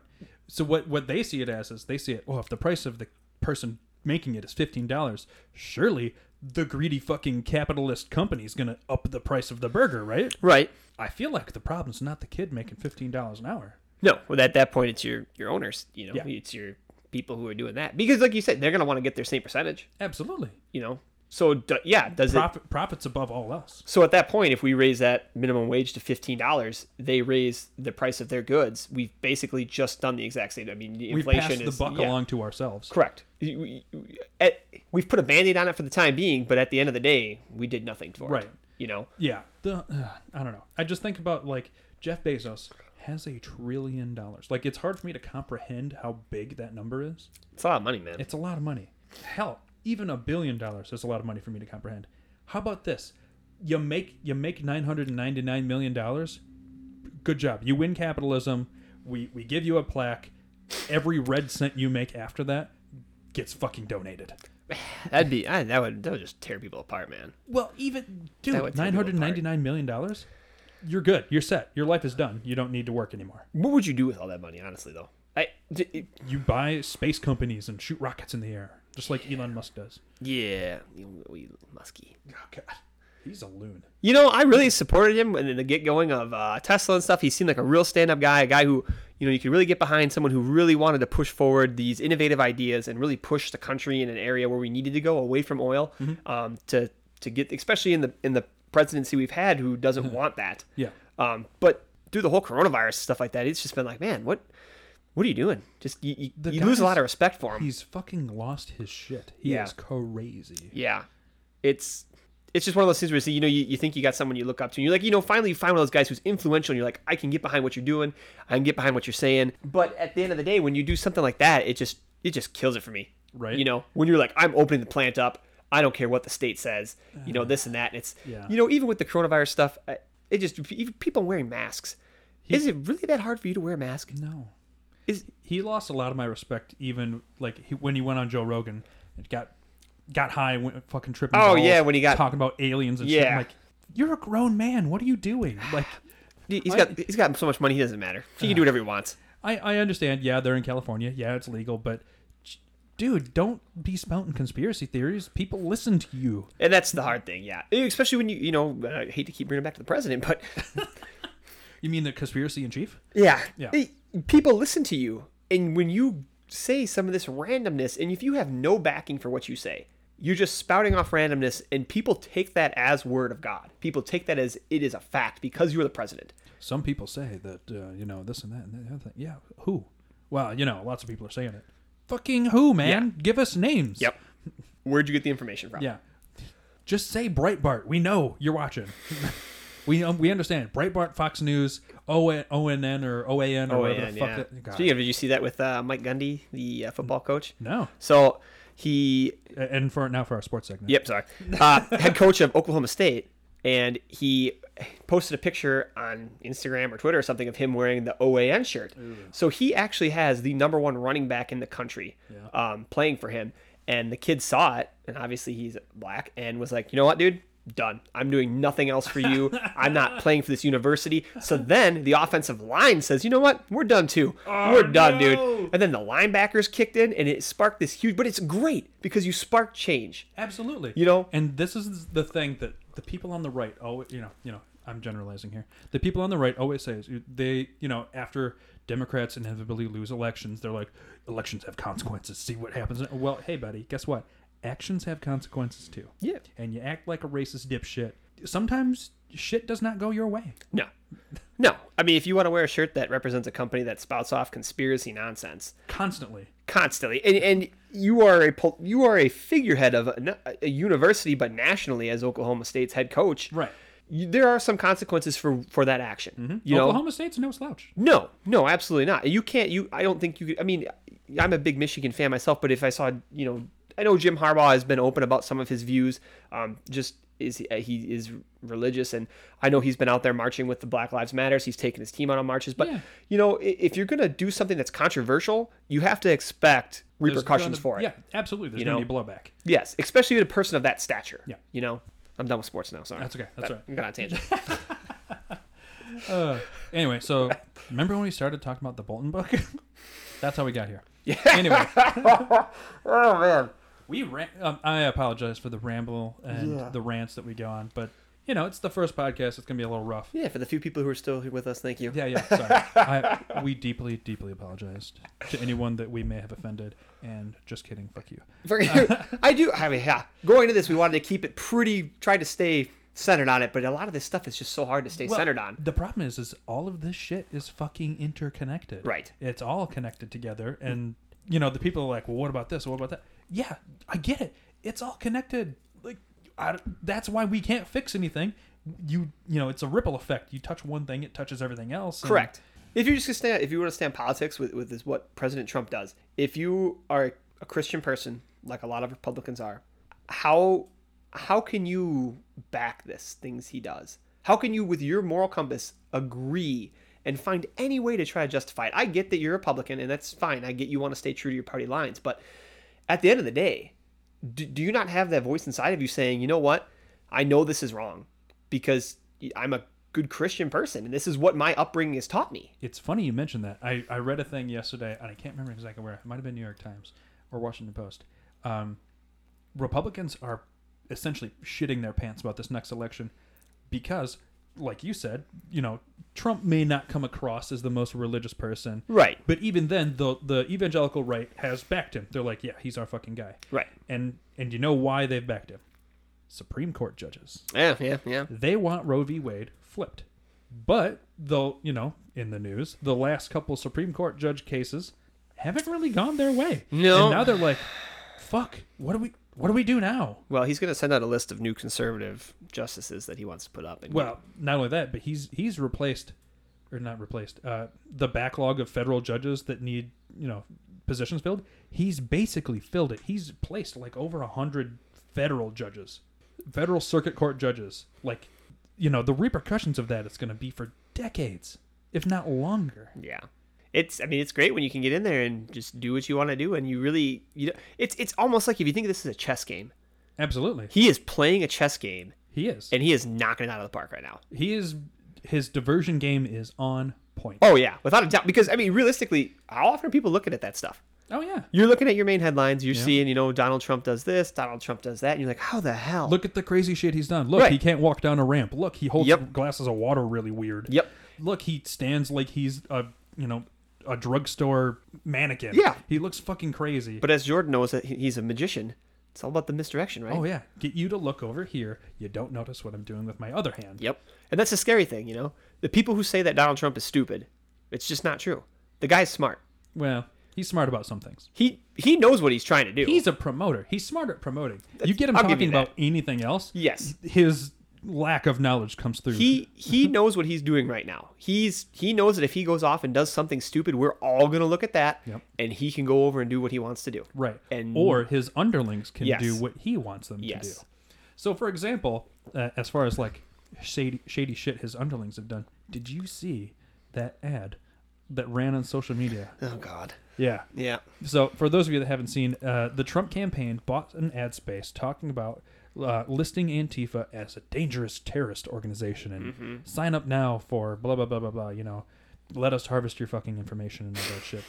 Speaker 1: So what what they see it as is they see it. Well, if the price of the person making it is fifteen dollars, surely the greedy fucking capitalist company is gonna up the price of the burger, right?
Speaker 2: Right.
Speaker 1: I feel like the problem's not the kid making fifteen dollars an hour.
Speaker 2: No. Well, at that point, it's your your owners. You know,
Speaker 1: Yeah.
Speaker 2: it's your people who are doing that because, like you said, they're gonna want to get their same percentage.
Speaker 1: Absolutely.
Speaker 2: You know. So d- yeah, does it?
Speaker 1: Profit profits above all else.
Speaker 2: So at that point, if we raise that minimum wage to fifteen dollars, they raise the price of their goods. We've basically just done the exact same. I mean, the
Speaker 1: We've
Speaker 2: inflation
Speaker 1: passed the
Speaker 2: is
Speaker 1: buck
Speaker 2: yeah.
Speaker 1: along to ourselves.
Speaker 2: Correct. We- we- we- at- We've put a band-aid on it for the time being, but at the end of the day, we did nothing for it.
Speaker 1: Right.
Speaker 2: You know.
Speaker 1: Yeah. The uh, I don't know. I just think about like Jeff Bezos has a trillion dollars. Like it's hard for me to comprehend how big that number is.
Speaker 2: It's a lot of money, man.
Speaker 1: It's a lot of money. Hell, even a billion dollars is a lot of money for me to comprehend. How about this? You make you make nine hundred and ninety nine million dollars. Good job. You win capitalism. We we give you a plaque. Every red cent you make after that gets fucking donated.
Speaker 2: That'd be I, that would that would just tear people apart, man.
Speaker 1: Well, even
Speaker 2: That
Speaker 1: dude, nine
Speaker 2: would tear people apart.
Speaker 1: hundred ninety nine million dollars. You're good. You're set. Your life is done. You don't need to work anymore.
Speaker 2: What would you do with all that money, honestly, though? I d- it-
Speaker 1: You buy space companies and shoot rockets in the air, just like Elon Musk does.
Speaker 2: yeah, you- we musky.
Speaker 1: Oh God, he's a loon.
Speaker 2: You know, I really supported him in the get going of uh, Tesla and stuff. He seemed like a real stand up guy, a guy who you know you could really get behind, someone who really wanted to push forward these innovative ideas and really push the country in an area where we needed to go away from oil um, to to get, especially in the in the presidency we've had, who doesn't want that.
Speaker 1: Yeah.
Speaker 2: Um, but through the whole coronavirus stuff like that, it's just been like, man, what, what are you doing? Just you, you,
Speaker 1: The
Speaker 2: you lose a
Speaker 1: guys-
Speaker 2: lot of respect for him.
Speaker 1: He's fucking lost his shit. He
Speaker 2: Yeah.
Speaker 1: is crazy.
Speaker 2: Yeah, it's it's just one of those things where you see, you know, you, you think you got someone you look up to, and you're like, you know, finally you find one of those guys who's influential, and you're like, I can get behind what you're doing, I can get behind what you're saying. But at the end of the day, when you do something like that, it just it just kills it for me.
Speaker 1: Right.
Speaker 2: You know, when you're like, I'm opening the plant up, I don't care what the state says, you know, this and that. And it's
Speaker 1: Uh-huh. Yeah.
Speaker 2: you know, even with the coronavirus stuff, I- it just even people wearing masks. Is it really that hard for you to wear a mask?
Speaker 1: No.
Speaker 2: Is
Speaker 1: He lost a lot of my respect even like he, when he went on Joe Rogan and got got high went fucking tripping
Speaker 2: Oh,
Speaker 1: balls,
Speaker 2: yeah, when he got-
Speaker 1: talking about aliens and shit.
Speaker 2: Yeah.
Speaker 1: I'm like you're a grown man. What are you doing? Like
Speaker 2: he's
Speaker 1: I- Uh-huh.
Speaker 2: got he's got so much money, he doesn't matter. He can do whatever he wants.
Speaker 1: I I understand. Yeah, they're in California. Yeah, it's legal, but j- dude, don't be spouting conspiracy theories. People listen to you.
Speaker 2: And that's the hard thing, yeah. E, Especially when you, you know, I hate to keep bringing it back to the president, but
Speaker 1: You mean the conspiracy in chief?
Speaker 2: yeah,
Speaker 1: Yeah.
Speaker 2: Hey, E, people listen to you. And when you say some of this randomness, and if you have no backing for what you say, you're just spouting off randomness, and people take that as word of God. People take that as it is a fact because you're the president.
Speaker 1: Some people say that uh, you know this and that and the other thing. Yeah, who? Well, you know, lots of people are saying it. Fucking who, man? Give us names.
Speaker 2: Where'd you get the information from?
Speaker 1: Yeah. Just say Breitbart. We know you're watching. we um, we understand Breitbart, Fox News, O N N or OAN or
Speaker 2: Oh,
Speaker 1: whatever
Speaker 2: yeah.
Speaker 1: the fuck.
Speaker 2: yeah.
Speaker 1: That, God.
Speaker 2: Speaking of, did you see that with uh, Mike Gundy, the uh, football coach?
Speaker 1: No.
Speaker 2: So he
Speaker 1: A- And for now for our sports segment.
Speaker 2: Yep, sorry. Uh, head coach of Oklahoma State, and he posted a picture on Instagram or Twitter or something of him wearing the OAN shirt. So he actually has the number one running back in the country um, playing for him. And the kid saw it, and obviously he's black, and was like, you know what, dude? Done. I'm doing nothing else for you. I'm not playing for this university. So then the offensive line says, you know what? We're done too. We're
Speaker 1: no.
Speaker 2: done, dude. And then the linebackers kicked in, and it sparked this huge, but it's great because you spark change.
Speaker 1: Absolutely.
Speaker 2: You know?
Speaker 1: And this is the thing that the people on the right always, you know, you know, I'm generalizing here. The people on the right always say is they, you know, after Democrats inevitably lose elections, they're like, elections have consequences. See what happens. Well, hey, buddy, guess what? Actions have consequences too.
Speaker 2: Yeah.
Speaker 1: And you act like a racist dipshit. Sometimes shit does not go your way.
Speaker 2: No. No. I mean, if you want to wear a shirt that represents a company that spouts off conspiracy nonsense
Speaker 1: Constantly.
Speaker 2: constantly, and, and you are a pol- you are a figurehead of a, a university, but nationally as Oklahoma State's head coach,
Speaker 1: Right. Mm-hmm.
Speaker 2: You, there are some consequences for for that action. You know,
Speaker 1: Oklahoma State's no slouch.
Speaker 2: no, no, absolutely not. You can't. You, I don't think you. Could, I mean, I'm a big Michigan fan myself, but if I saw, you know, I know Jim Harbaugh has been open about some of his views. Um, just is uh, he is religious and I know he's been out there marching with the Black Lives Matters. He's taken his team out on marches, but
Speaker 1: Yeah.
Speaker 2: you know i- if you're gonna do something that's controversial, you have to expect
Speaker 1: There's
Speaker 2: repercussions
Speaker 1: gonna-
Speaker 2: for it.
Speaker 1: Yeah, absolutely. There's
Speaker 2: You
Speaker 1: gonna
Speaker 2: know?
Speaker 1: be blowback.
Speaker 2: Yes, especially with a person of that stature.
Speaker 1: Yeah.
Speaker 2: you know, I'm done with sports now. Sorry,
Speaker 1: That's okay. That's all right.
Speaker 2: I'm gonna tangent.
Speaker 1: Uh, anyway, so remember when we started talking about the Bolton book? That's how we got here.
Speaker 2: Yeah.
Speaker 1: Anyway,
Speaker 2: oh man.
Speaker 1: we ran- um, I apologize for the ramble and
Speaker 2: Yeah.
Speaker 1: the rants that we go on, but you know it's the first podcast. It's gonna be a little rough.
Speaker 2: Yeah, for the few people who are still here with us, thank you.
Speaker 1: Yeah, yeah. Sorry. I, we deeply, deeply apologized to anyone that we may have offended. And just kidding. Fuck you.
Speaker 2: For- I do. I mean, yeah. Going into this, we wanted to keep it pretty, tried to stay centered on it, but a lot of this stuff is just so hard to stay
Speaker 1: Well,
Speaker 2: centered on.
Speaker 1: The problem is, is all of this shit is fucking interconnected.
Speaker 2: Right.
Speaker 1: It's all connected together, and you know the people are like, "Well, what about this? What about that?" Yeah, I get it. It's all connected. Like, I, that's why we can't fix anything. You, you know, it's a ripple effect. You touch one thing, it touches everything else. and-
Speaker 2: Correct. If you just gonna stand, if you want to stand politics with with this, what President Trump does, if you are a Christian person like a lot of Republicans are, how how can you back this things he does? How can you, with your moral compass, agree and find any way to try to justify it? I get that you're Republican, and that's fine. I get you want to stay true to your party lines, but at the end of the day, do, do you not have that voice inside of you saying, you know what? I know this is wrong because I'm a good Christian person and this is what my upbringing has taught me.
Speaker 1: It's funny you mentioned that. I, I read a thing yesterday, and I can't remember exactly where. It might have been New York Times or Washington Post. Um, Republicans are essentially shitting their pants about this next election because, like you said, you know, Trump may not come across as the most religious person.
Speaker 2: Right.
Speaker 1: But even then, the the evangelical right has backed him. They're like, yeah, he's our fucking guy.
Speaker 2: Right.
Speaker 1: And and you know why they've backed him? Supreme Court judges
Speaker 2: Yeah, yeah, yeah.
Speaker 1: they want Roe v. Wade flipped. But though, you know, in the news, the last couple Supreme Court judge cases haven't really gone their way.
Speaker 2: No.
Speaker 1: And now they're like, fuck, what do we what do we do now?
Speaker 2: Well, he's going to send out a list of new conservative justices that he wants to put up. And
Speaker 1: Well, not only that, but he's he's replaced or not replaced, uh, the backlog of federal judges that need, you know, positions filled. He's basically filled it. He's placed like over a hundred federal judges. Federal circuit court judges. Like you know, the repercussions of that it's gonna be for decades, if not longer.
Speaker 2: yeah. It's I mean, it's great when you can get in there and just do what you want to do and you really you know, it's it's almost like if you think this is a chess game.
Speaker 1: Absolutely.
Speaker 2: He is playing a chess game
Speaker 1: He is.
Speaker 2: and he is knocking it out of the park right now.
Speaker 1: He is his diversion game is on point.
Speaker 2: Oh yeah, without a doubt because I mean, realistically, how often are people looking at that stuff?
Speaker 1: Oh yeah.
Speaker 2: you're looking at your main headlines, you're
Speaker 1: Yeah.
Speaker 2: seeing, you know, Donald Trump does this, Donald Trump does that, and you're like, how the hell?
Speaker 1: Look at the crazy shit he's done. Look,
Speaker 2: Right.
Speaker 1: he can't walk down a ramp. Look, he holds
Speaker 2: Yep.
Speaker 1: glasses of water really weird.
Speaker 2: Yep.
Speaker 1: Look, he stands like he's a you know a drugstore mannequin.
Speaker 2: Yeah.
Speaker 1: He looks fucking crazy.
Speaker 2: But as Jordan knows that he- he's a magician, it's all about the misdirection, right?
Speaker 1: oh yeah, get you to look over here. You don't notice what I'm doing with my other hand.
Speaker 2: Yep. And that's the scary thing, you know? The people who say that Donald Trump is stupid, it's just not true. The guy's smart.
Speaker 1: Well, he's smart about some things.
Speaker 2: He he knows what he's trying to do.
Speaker 1: He's a promoter. He's smart at promoting. you get him
Speaker 2: I'll give
Speaker 1: talking
Speaker 2: you that.
Speaker 1: about anything else.
Speaker 2: Yes.
Speaker 1: His lack of knowledge comes through.
Speaker 2: he he knows what he's doing right now. He's he knows that if he goes off and does something stupid, we're all gonna look at that
Speaker 1: Yep.
Speaker 2: and he can go over and do what he wants to do.
Speaker 1: Right.
Speaker 2: And-
Speaker 1: or his underlings can
Speaker 2: Yes.
Speaker 1: do what he wants them to
Speaker 2: Yes.
Speaker 1: do. So, for example, uh, as far as like shady, shady shit his underlings have done, did you see that ad that ran on social media?
Speaker 2: Oh God.
Speaker 1: Yeah.
Speaker 2: Yeah.
Speaker 1: So, for those of you that haven't seen, uh, the Trump campaign bought an ad space talking about uh, listing Antifa as a dangerous terrorist organization and sign up now for blah, blah, blah, blah, blah. You know, let us harvest your fucking information and all that shit.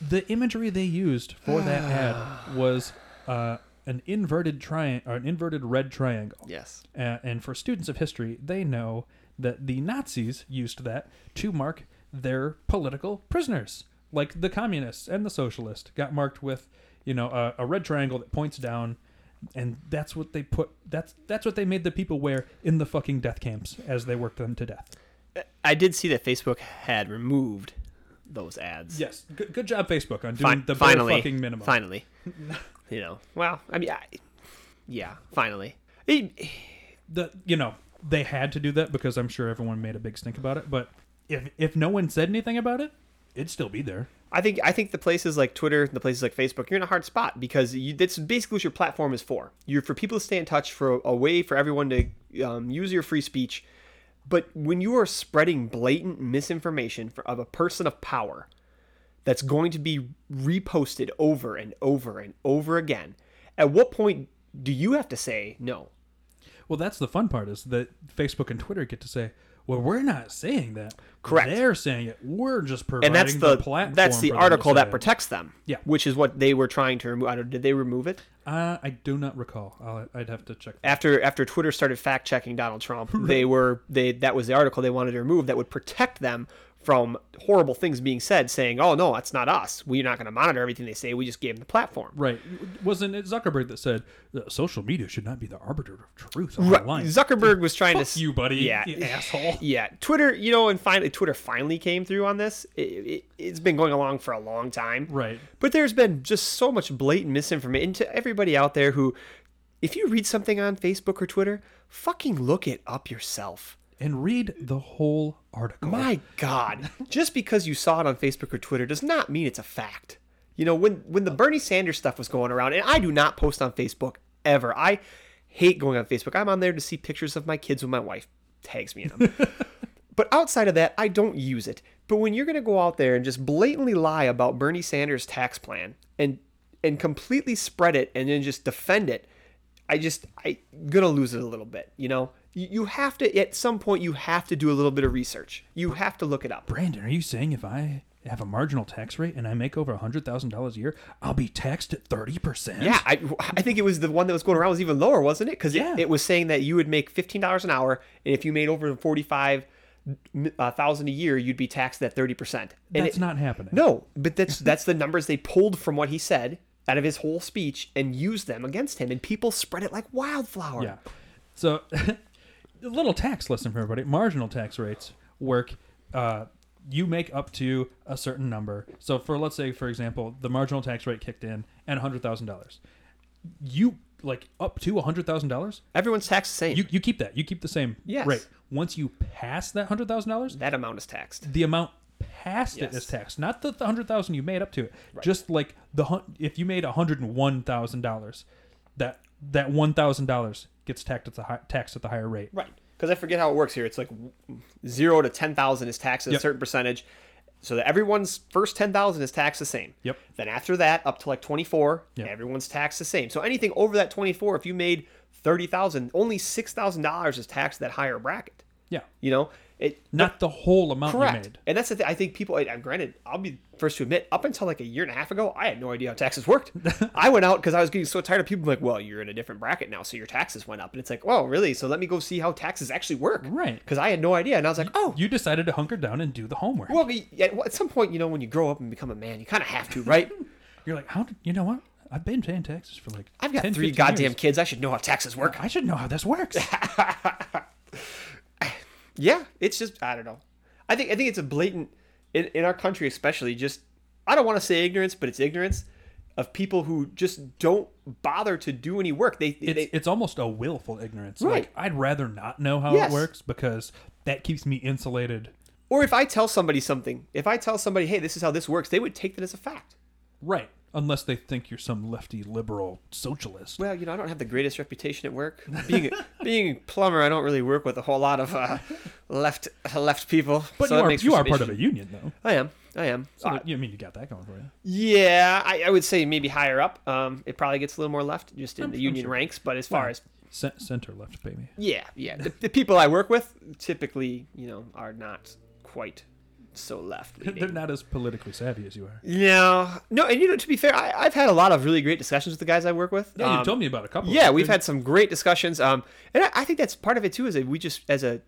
Speaker 1: The imagery they used for that ad was uh, an inverted triangle or an inverted red triangle.
Speaker 2: Yes.
Speaker 1: Uh, and for students of history, they know that the Nazis used that to mark their political prisoners. Like the communists and the socialists got marked with, you know, a, a red triangle that points down, and that's what they put. That's that's what they made the people wear in the fucking death camps as they worked them to death.
Speaker 2: I did see that Facebook had removed those ads.
Speaker 1: Yes, good, good job, Facebook, on doing
Speaker 2: Fin-
Speaker 1: the bare
Speaker 2: finally,
Speaker 1: fucking minimum.
Speaker 2: Finally, you know. Well, I mean, I, yeah, finally. It-
Speaker 1: the you know they had to do that because I'm sure everyone made a big stink about it. But if if no one said anything about it, it'd still be there.
Speaker 2: I think I think the places like Twitter, the places like Facebook, you're in a hard spot because you, that's basically what your platform is for. You're for people to stay in touch, for a, a way for everyone to um, use your free speech. But when you are spreading blatant misinformation for, of a person of power, that's going to be reposted over and over and over again. At what point do you have to say no?
Speaker 1: Well, that's the fun part is that Facebook and Twitter get to say, "Well, we're not saying that.
Speaker 2: Correct.
Speaker 1: They're saying it. We're just providing
Speaker 2: And that's the,
Speaker 1: platform."
Speaker 2: that's the
Speaker 1: for them to
Speaker 2: article
Speaker 1: say
Speaker 2: that
Speaker 1: it."
Speaker 2: protects them.
Speaker 1: Yeah.
Speaker 2: which is what they were trying to remove. I don't, did they remove it
Speaker 1: Uh, I do not recall. I'll, I'd have to check. That.
Speaker 2: after after Twitter started fact checking Donald Trump? They were they that was the article they wanted to remove that would protect them from horrible things being said, saying, "Oh no, that's not us. We're not going to monitor everything they say. We just gave them the platform."
Speaker 1: Right? Wasn't it Zuckerberg that said that social media should not be the arbiter of truth
Speaker 2: Right.
Speaker 1: online?
Speaker 2: Zuckerberg was trying to
Speaker 1: Fuck you, buddy.
Speaker 2: Yeah.
Speaker 1: you asshole.
Speaker 2: Yeah, Twitter, you know, and finally Twitter finally came through on this. It, it, it's been going along for a long time.
Speaker 1: Right.
Speaker 2: But there's been just so much blatant misinformation to everybody out there who if you read something on Facebook or Twitter, fucking look it up yourself.
Speaker 1: And read the whole article.
Speaker 2: My God, just because you saw it on Facebook or Twitter does not mean it's a fact. You know, when when the Bernie Sanders stuff was going around, and I do not post on Facebook ever. I hate going on Facebook. I'm on there to see pictures of my kids when my wife tags me in them. but outside of that, I don't use it. But when you're going to go out there and just blatantly lie about Bernie Sanders' tax plan and and completely spread it and then just defend it, I just I gonna lose it a little bit. You know, you, you have to at some point you have to do a little bit of research. You have to look it up.
Speaker 1: Brandon, are you saying if I have a marginal tax rate and I make over hundred thousand dollars a year, I'll be taxed at thirty percent?
Speaker 2: Yeah, I, I think it was the one that was going around was even lower, wasn't it? Because
Speaker 1: Yeah.
Speaker 2: it, it was saying that you would make fifteen dollars an hour, and if you made over forty five thousand a year, you'd be taxed at thirty percent.
Speaker 1: that's not happening.
Speaker 2: No, but that's that's the numbers they pulled from what he said out of his whole speech and used them against him, and people spread it like wildflower.
Speaker 1: Yeah. So, a little tax lesson for everybody. Marginal tax rates work. Uh, you make up to a certain number. So, for let's say, for example, the marginal tax rate kicked in at hundred thousand dollars. You like up to hundred thousand dollars.
Speaker 2: Everyone's taxed the same.
Speaker 1: You you keep that. You keep the same
Speaker 2: Yes.
Speaker 1: rate. Once you pass that hundred thousand dollars,
Speaker 2: that amount is taxed.
Speaker 1: the amount past it
Speaker 2: Yes.
Speaker 1: is taxed, not the, the hundred thousand you made up to it. Just like the hun- if you made hundred and one thousand dollars, that that one thousand dollars gets taxed at the high, taxed at the higher rate.
Speaker 2: Right. Because I forget how it works here. It's like w- zero to ten thousand is taxed at
Speaker 1: Yep.
Speaker 2: a certain percentage, so that everyone's first ten thousand is taxed the same.
Speaker 1: Yep.
Speaker 2: Then after that, up to like twenty four,
Speaker 1: Yep.
Speaker 2: everyone's taxed the same. So anything over that twenty four, if you made thirty thousand, only six thousand dollars is taxed at that higher bracket.
Speaker 1: Yeah,
Speaker 2: You know, it
Speaker 1: not the whole amount you
Speaker 2: correct.
Speaker 1: made.
Speaker 2: And that's the thing. I think people. I, granted, I'll be first to admit, up until like a year and a half ago, I had no idea how taxes worked. I went out because I was getting so tired of people being like, "Well, you're in a different bracket now, so your taxes went up." And it's like, "Well, really? So let me go see how taxes actually work."
Speaker 1: Right.
Speaker 2: Because I had no idea, and I was like, "Oh."
Speaker 1: You decided to hunker down and do the homework.
Speaker 2: well, we- at at some point, you know, when you grow up and become a man, you kind of have to, right?
Speaker 1: You're like, how did you know what? I've been paying taxes for like
Speaker 2: I've got
Speaker 1: 10,
Speaker 2: three
Speaker 1: 15
Speaker 2: goddamn
Speaker 1: years.
Speaker 2: kids. I should know how taxes work.
Speaker 1: I should know how this works.
Speaker 2: Yeah, it's just I don't know. I think I think it's a blatant in, in our country especially just I don't want to say ignorance, but it's ignorance of people who just don't bother to do any work. They,
Speaker 1: it's,
Speaker 2: they
Speaker 1: it's almost a willful ignorance.
Speaker 2: Right.
Speaker 1: Like I'd rather not know how
Speaker 2: Yes.
Speaker 1: it works because that keeps me insulated.
Speaker 2: or if I tell somebody something, if I tell somebody, "Hey, this is how this works," they would take that as a fact.
Speaker 1: Right. Unless they think you're some lefty liberal socialist.
Speaker 2: Well, you know, I don't have the greatest reputation at work. Being a, being a plumber, I don't really work with a whole lot of uh, left left people.
Speaker 1: But
Speaker 2: so
Speaker 1: you
Speaker 2: that
Speaker 1: are,
Speaker 2: makes
Speaker 1: you
Speaker 2: for
Speaker 1: are
Speaker 2: some
Speaker 1: part of a
Speaker 2: issues.
Speaker 1: union, though.
Speaker 2: I am. I am.
Speaker 1: So,
Speaker 2: Uh,
Speaker 1: that- I mean, you got that going for you.
Speaker 2: yeah, I, I would say maybe higher up. Um, it probably gets a little more left just in the
Speaker 1: I'm
Speaker 2: union
Speaker 1: sure.
Speaker 2: ranks, but as far as
Speaker 1: Cent- center left, baby.
Speaker 2: Yeah, yeah. The, the people I work with typically, you know, are not quite so left
Speaker 1: They're
Speaker 2: leaning.
Speaker 1: not as politically savvy as you are.
Speaker 2: No, no, and you know, to be fair, I, I've had a lot of really great discussions with the guys I work with.
Speaker 1: Yeah,
Speaker 2: Um,
Speaker 1: you told me about a couple.
Speaker 2: yeah,
Speaker 1: of
Speaker 2: we've
Speaker 1: them.
Speaker 2: had some great discussions. Um, and I, I think that's part of it too. Is that we just as a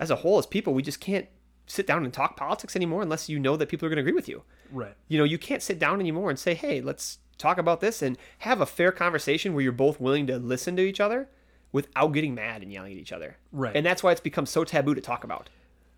Speaker 2: as a whole as people, we just can't sit down and talk politics anymore unless you know that people are going to agree with you.
Speaker 1: Right.
Speaker 2: You know, you can't sit down anymore and say, "Hey, let's talk about this and have a fair conversation where you're both willing to listen to each other without getting mad and yelling at each other."
Speaker 1: Right.
Speaker 2: And that's why it's become so taboo to talk about.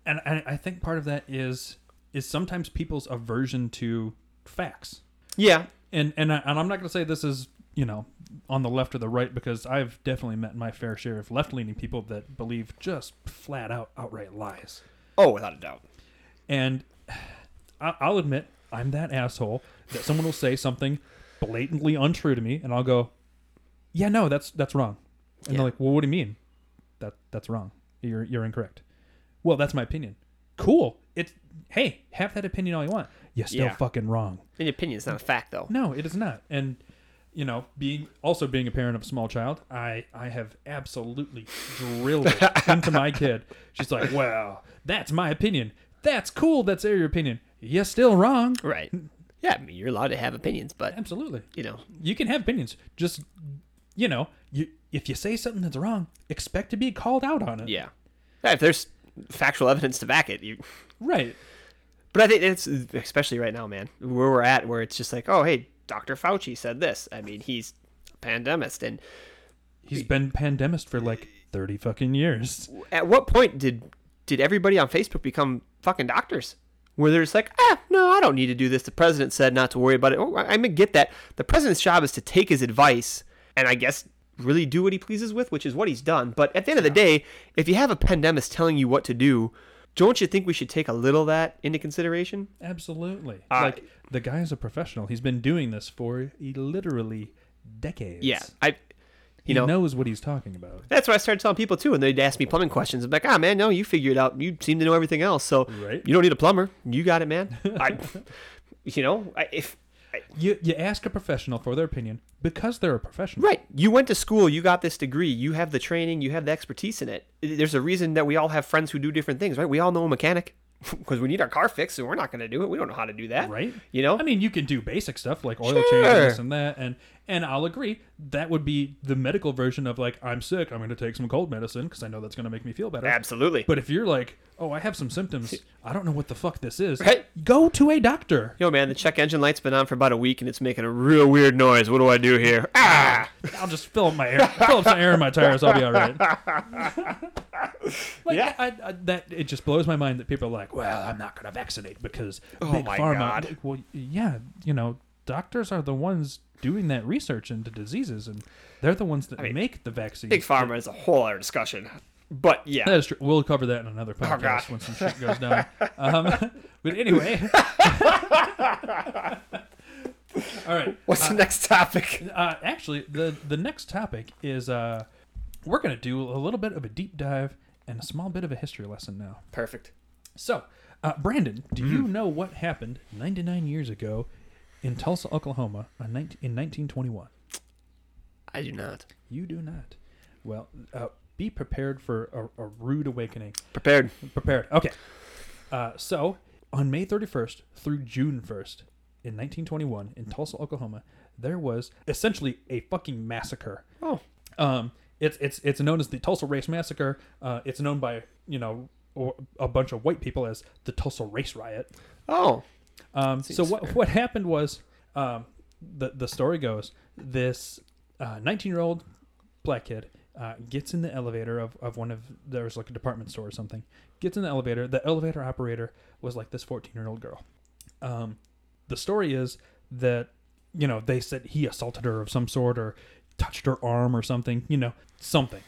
Speaker 1: And I, I think part of that is is sometimes people's aversion to facts.
Speaker 2: Yeah.
Speaker 1: and and, I, and I'm not going to say this is you know on the left or the right because I've definitely met my fair share of left leaning people that believe just flat out outright lies.
Speaker 2: Oh, without a doubt.
Speaker 1: And I- I'll admit I'm that asshole that someone will say something blatantly untrue to me, and I'll go, "Yeah, no, that's that's wrong." And
Speaker 2: Yeah.
Speaker 1: they're like, "Well, what do you mean? That that's wrong. You're you're incorrect." Well, that's my opinion. Cool. It's hey, have that opinion all you want. You're still
Speaker 2: Yeah.
Speaker 1: fucking wrong.
Speaker 2: An opinion is not a fact, though.
Speaker 1: No, it is not. And you know, being also being a parent of a small child, I I have absolutely drilled it into my kid. She's like, "Well, that's my opinion. That's cool. That's your opinion. You're still wrong."
Speaker 2: Right. Yeah, I mean, you're allowed to have opinions, but
Speaker 1: Absolutely.
Speaker 2: you know,
Speaker 1: You can have opinions. Just you know, you if you say something that's wrong, expect to be called out on it.
Speaker 2: yeah. Yeah, If there's factual evidence to back it, you.
Speaker 1: Right.
Speaker 2: But I think it's especially right now, man, where we're at, where it's just like, oh, hey, Dr. Fauci said this. I mean, he's a pandemist, and
Speaker 1: He's been pandemist for like 30 fucking years.
Speaker 2: at what point did did everybody on Facebook become fucking doctors? Where they're just like, ah, no, I don't need to do this. The president said not to worry about it. Oh, I- I'm gonna get that. The president's job is to take his advice and I guess really do what he pleases with, which is what he's done. But at the end of the day, if you have a pandemist telling you what to do, don't you think we should take a little of that into consideration?
Speaker 1: Absolutely.
Speaker 2: I-
Speaker 1: like the guy is a professional. He's been doing this for literally decades.
Speaker 2: Yeah, I, you
Speaker 1: He
Speaker 2: know,
Speaker 1: knows what he's talking about.
Speaker 2: that's what I started telling people too, and they'd ask me plumbing questions. I'm like, ah, man, no, you figure it out. You seem to know everything else, so
Speaker 1: Right.
Speaker 2: you don't need a plumber. You got it, man. I, you know, I, if I,
Speaker 1: You you ask a professional for their opinion because they're a professional.
Speaker 2: right, you went to school, you got this degree, you have the training, you have the expertise in it. There's a reason that we all have friends who do different things, right? We all know a mechanic because we need our car fixed, and we're not going to do it. We don't know how to do that,
Speaker 1: Right?
Speaker 2: You know,
Speaker 1: I mean, you can do basic stuff like oil change and this
Speaker 2: Sure.
Speaker 1: and that, and and I'll agree that would be the medical version of like I'm sick, I'm going to take some cold medicine because I know that's going to make me feel better.
Speaker 2: absolutely.
Speaker 1: But if you're like, oh, I have some symptoms, I don't know what the fuck this is.
Speaker 2: Right.
Speaker 1: Go to a doctor.
Speaker 2: Yo, man, the check engine light's been on for about a week, and it's making a real weird noise. What do I do here? Ah,
Speaker 1: I'll just fill up my air, fill up some air in my tires. I'll be all right. like
Speaker 2: Yeah.
Speaker 1: I, I, that, it just blows my mind that people are like, "Well, I'm not going to vaccinate because big
Speaker 2: Oh my
Speaker 1: pharma."
Speaker 2: God.
Speaker 1: Like, well, yeah, you know, doctors are the ones doing that research into diseases, and they're the ones that make the vaccine.
Speaker 2: big pharma is a whole other discussion. But yeah,
Speaker 1: That is true. We'll cover that in another
Speaker 2: Oh, God.
Speaker 1: podcast when some shit goes down. Um, but anyway, all right.
Speaker 2: What's the next topic?
Speaker 1: uh, actually, the the next topic is uh, we're gonna do a little bit of a deep dive and a small bit of a history lesson now.
Speaker 2: Perfect.
Speaker 1: So, uh, Brandon, do you know what happened 99 years ago in Tulsa, Oklahoma, on 19, in 1921?
Speaker 2: I do not.
Speaker 1: You do not. Well, uh, be prepared for a, a rude awakening.
Speaker 2: Prepared.
Speaker 1: Prepared. Okay. Uh, so, on May 31st through June 1st in 1921 in Tulsa, Oklahoma, there was essentially a fucking massacre.
Speaker 2: Oh.
Speaker 1: Um, it's it's it's known as the Tulsa Race Massacre. Uh, it's known by you know or a bunch of white people as the Tulsa Race Riot.
Speaker 2: Oh.
Speaker 1: Um, so what what happened was um, the the story goes this nineteen year old black kid uh, gets in the elevator of, of one of there was like a department store or something gets in the elevator the elevator operator was like this fourteen year old girl. Um, the story is that you know they said he assaulted her of some sort or touched her arm or something you know something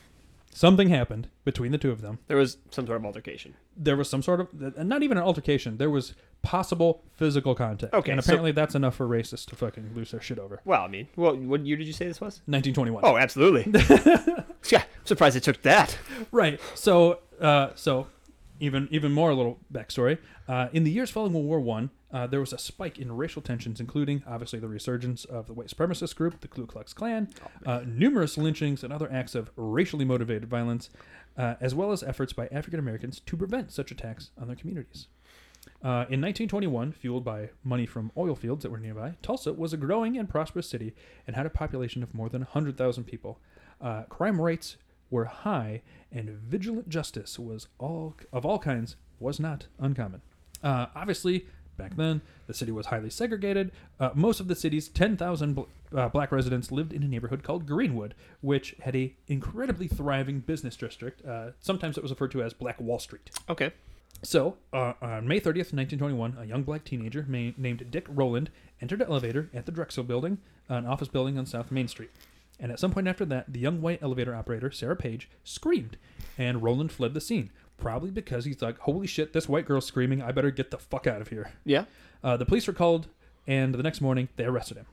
Speaker 1: something happened between the two of them
Speaker 2: There was some sort of altercation.
Speaker 1: there was some sort of and not even an altercation. There was possible physical contact.
Speaker 2: Okay,
Speaker 1: and
Speaker 2: so-
Speaker 1: apparently that's enough for racists to fucking lose their shit over.
Speaker 2: Well, I mean, well, what year did you say this was?
Speaker 1: 1921.
Speaker 2: Oh, absolutely. yeah, I'm surprised it took that.
Speaker 1: Right. So, uh, so even even more a little backstory. Uh, in the years following World War One, uh, there was a spike in racial tensions, including obviously the resurgence of the white supremacist group, the Ku Klux Klan,
Speaker 2: Oh,
Speaker 1: uh, numerous lynchings, and other acts of racially motivated violence, uh, as well as efforts by African Americans to prevent such attacks on their communities. Uh, in 1921, fueled by money from oil fields that were nearby, Tulsa was a growing and prosperous city and had a population of more than 100,000 people. Uh, crime rates were high, and vigilant justice was all of all kinds was not uncommon. Uh, obviously, back then the city was highly segregated. Uh, most of the city's 10,000 bl- uh, black residents lived in a neighborhood called Greenwood, which had a incredibly thriving business district. Uh, sometimes it was referred to as Black Wall Street.
Speaker 2: Okay.
Speaker 1: So, uh, on May 30th, 1921, a young black teenager ma- named Dick Rowland entered an elevator at the Drexel Building, an office building on South Main Street. And at some point after that, the young white elevator operator, Sarah Page, screamed, and Rowland fled the scene, probably because he's like, holy shit, this white girl's screaming, I better get the fuck out of here.
Speaker 2: Yeah.
Speaker 1: Uh, the police were called, and the next morning they arrested him.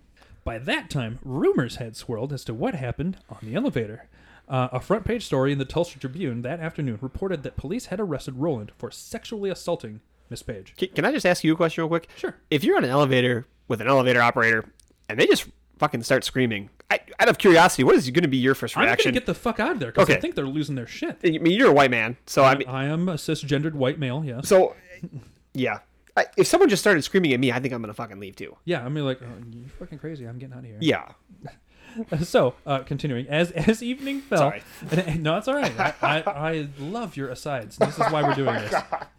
Speaker 1: By that time, rumors had swirled as to what happened on the elevator. Uh, a front page story in the Tulsa Tribune that afternoon reported that police had arrested Roland for sexually assaulting Miss Page.
Speaker 2: Can, can I just ask you a question real quick?
Speaker 1: Sure.
Speaker 2: If you're on an elevator with an elevator operator and they just fucking start screaming, I, out of curiosity, what is going to be your first
Speaker 1: I'm
Speaker 2: reaction?
Speaker 1: gonna get the fuck out of there because I
Speaker 2: Okay.
Speaker 1: think they're losing their shit.
Speaker 2: I mean, you're a white man, so I mean,
Speaker 1: I am a cisgendered white male. Yes.
Speaker 2: so yeah. I, if someone just started screaming at me, I think I'm going to fucking leave too.
Speaker 1: Yeah. I'm like, oh, you're fucking crazy. I'm getting out of here.
Speaker 2: Yeah.
Speaker 1: so uh, continuing as as evening fell
Speaker 2: Sorry.
Speaker 1: and- and- no it's all right I, I, I love your asides this is why we're doing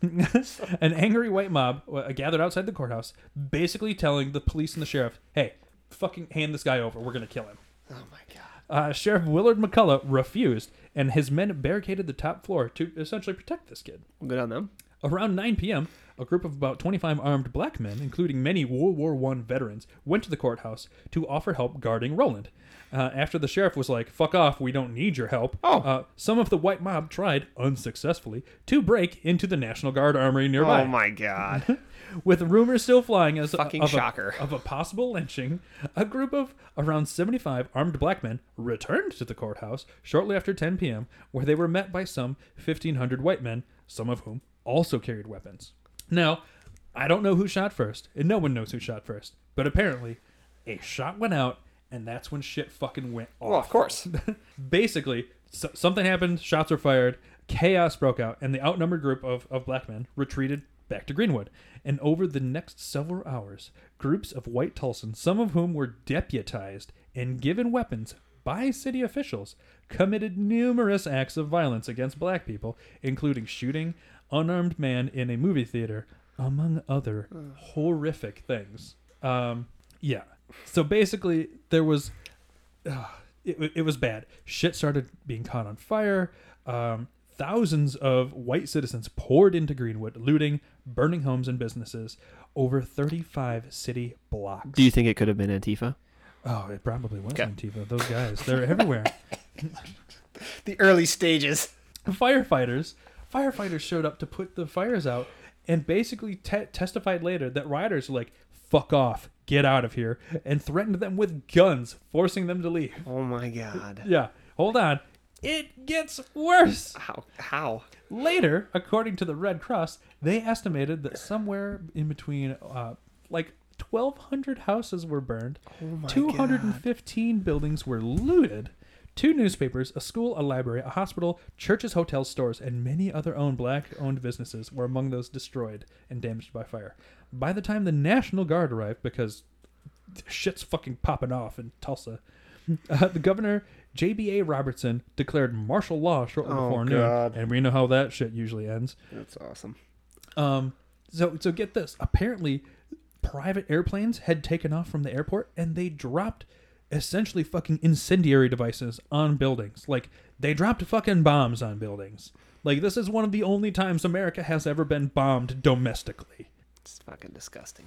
Speaker 1: this an angry white mob uh, gathered outside the courthouse basically telling the police and the sheriff hey fucking hand this guy over we're gonna kill him
Speaker 2: Oh my god.
Speaker 1: uh, sheriff willard mccullough refused and his men barricaded the top floor to essentially protect this kid
Speaker 2: Good on them.
Speaker 1: Around 9 p.m., a group of about 25 armed black men, including many World War I veterans, went to the courthouse to offer help guarding Roland. Uh, after the sheriff was like, fuck off, we don't need your help,
Speaker 2: Oh.
Speaker 1: uh, some of the white mob tried, unsuccessfully, to break into the National Guard armory nearby.
Speaker 2: Oh my god.
Speaker 1: With rumors still flying as
Speaker 2: Fucking
Speaker 1: of, a-
Speaker 2: shocker.
Speaker 1: of a possible lynching, a group of around 75 armed black men returned to the courthouse shortly after 10 p.m., where they were met by some 1,500 white men, some of whom also carried weapons. Now, I don't know who shot first, and no one knows who shot first, but apparently, a shot went out, and that's when shit fucking went off
Speaker 2: well, of course.
Speaker 1: basically so, something happened shots were fired chaos broke out and the outnumbered group of, of black men retreated back to greenwood and over the next several hours groups of white tulsans some of whom were deputized and given weapons by city officials committed numerous acts of violence against black people including shooting unarmed man in a movie theater among other horrific things um, yeah so basically there was it, wa- it was bad. Shit started being caught on fire. Um, thousands of white citizens poured into Greenwood, looting, burning homes and businesses over 35 city blocks.
Speaker 2: Do you think it could have been Antifa?
Speaker 1: oh, it probably was
Speaker 2: Okay.
Speaker 1: Antifa. Those guys, they're everywhere.
Speaker 2: The early stages.
Speaker 1: firefighters, firefighters showed up to put the fires out and basically te- testified later that rioters were like, fuck off, get out of here, and threatened them with guns, forcing them to leave.
Speaker 2: Oh my god.
Speaker 1: Yeah, hold on. It gets worse.
Speaker 2: How? How?
Speaker 1: Later, according to the Red Cross, they estimated that somewhere in between uh, like 1,200 houses were burned,
Speaker 2: my
Speaker 1: 215 buildings were looted, two newspapers, a school, a library, a hospital, churches, hotels, stores, and many other owned black owned businesses were among those destroyed and damaged by fire. By the time the National Guard arrived, because shit's fucking popping off in Tulsa. Uh, the governor J.B.A. Robertson declared martial law shortly
Speaker 2: Oh,
Speaker 1: before noon,
Speaker 2: God.
Speaker 1: and we know how that shit usually ends.
Speaker 2: That's awesome.
Speaker 1: Um, so so get this. Apparently, private airplanes had taken off from the airport, and they dropped essentially fucking incendiary devices on buildings. Like they dropped fucking bombs on buildings. Like this is one of the only times America has ever been bombed domestically.
Speaker 2: It's fucking disgusting.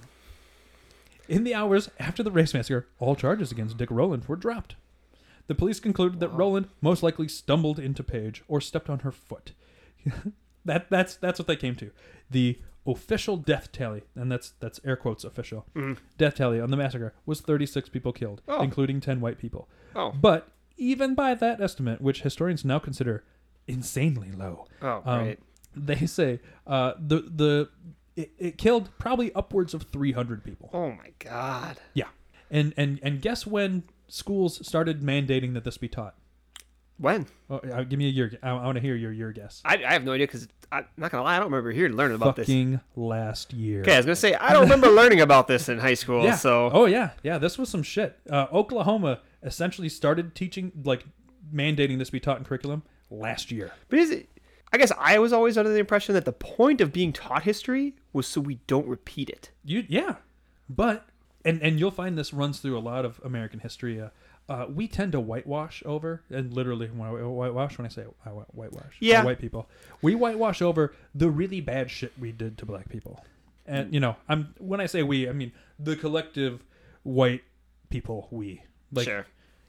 Speaker 1: In the hours after the race massacre, all charges against Dick Rowland were dropped. The police concluded that Rowland most likely stumbled into Page or stepped on her foot. that that's that's what they came to. The official death tally, and that's that's air quotes official death tally on the massacre was 36 people killed,
Speaker 2: Mm. Oh.
Speaker 1: including 10 white people.
Speaker 2: Oh.
Speaker 1: But even by that estimate, which historians now consider insanely low,
Speaker 2: Oh,
Speaker 1: um,
Speaker 2: right.
Speaker 1: they say uh, the the it, it killed probably upwards of 300 people.
Speaker 2: Oh my god.
Speaker 1: Yeah. And and and guess when schools started mandating that this be taught?
Speaker 2: When?
Speaker 1: Oh, uh, give me a year. I, want to hear your year guess.
Speaker 2: I, I have no idea because I'm not gonna lie, I don't remember here learning about this.
Speaker 1: Fucking last year.
Speaker 2: Okay, I was gonna say I don't remember learning about this in high school.
Speaker 1: Yeah.
Speaker 2: So
Speaker 1: Oh yeah, yeah. This was some shit. Uh, Oklahoma essentially started teaching, like, mandating this be taught in curriculum last year.
Speaker 2: But is it? I guess I was always under the impression that the point of being taught history was so we don't repeat it.
Speaker 1: You yeah, but and and you'll find this runs through a lot of American history. Uh, uh, we tend to whitewash over, and literally when I whitewash, when I say I whi- whitewash,
Speaker 2: Yeah.
Speaker 1: white people, we whitewash over the really bad shit we did to black people, and you know, I'm when I say we, I mean the collective white people, we like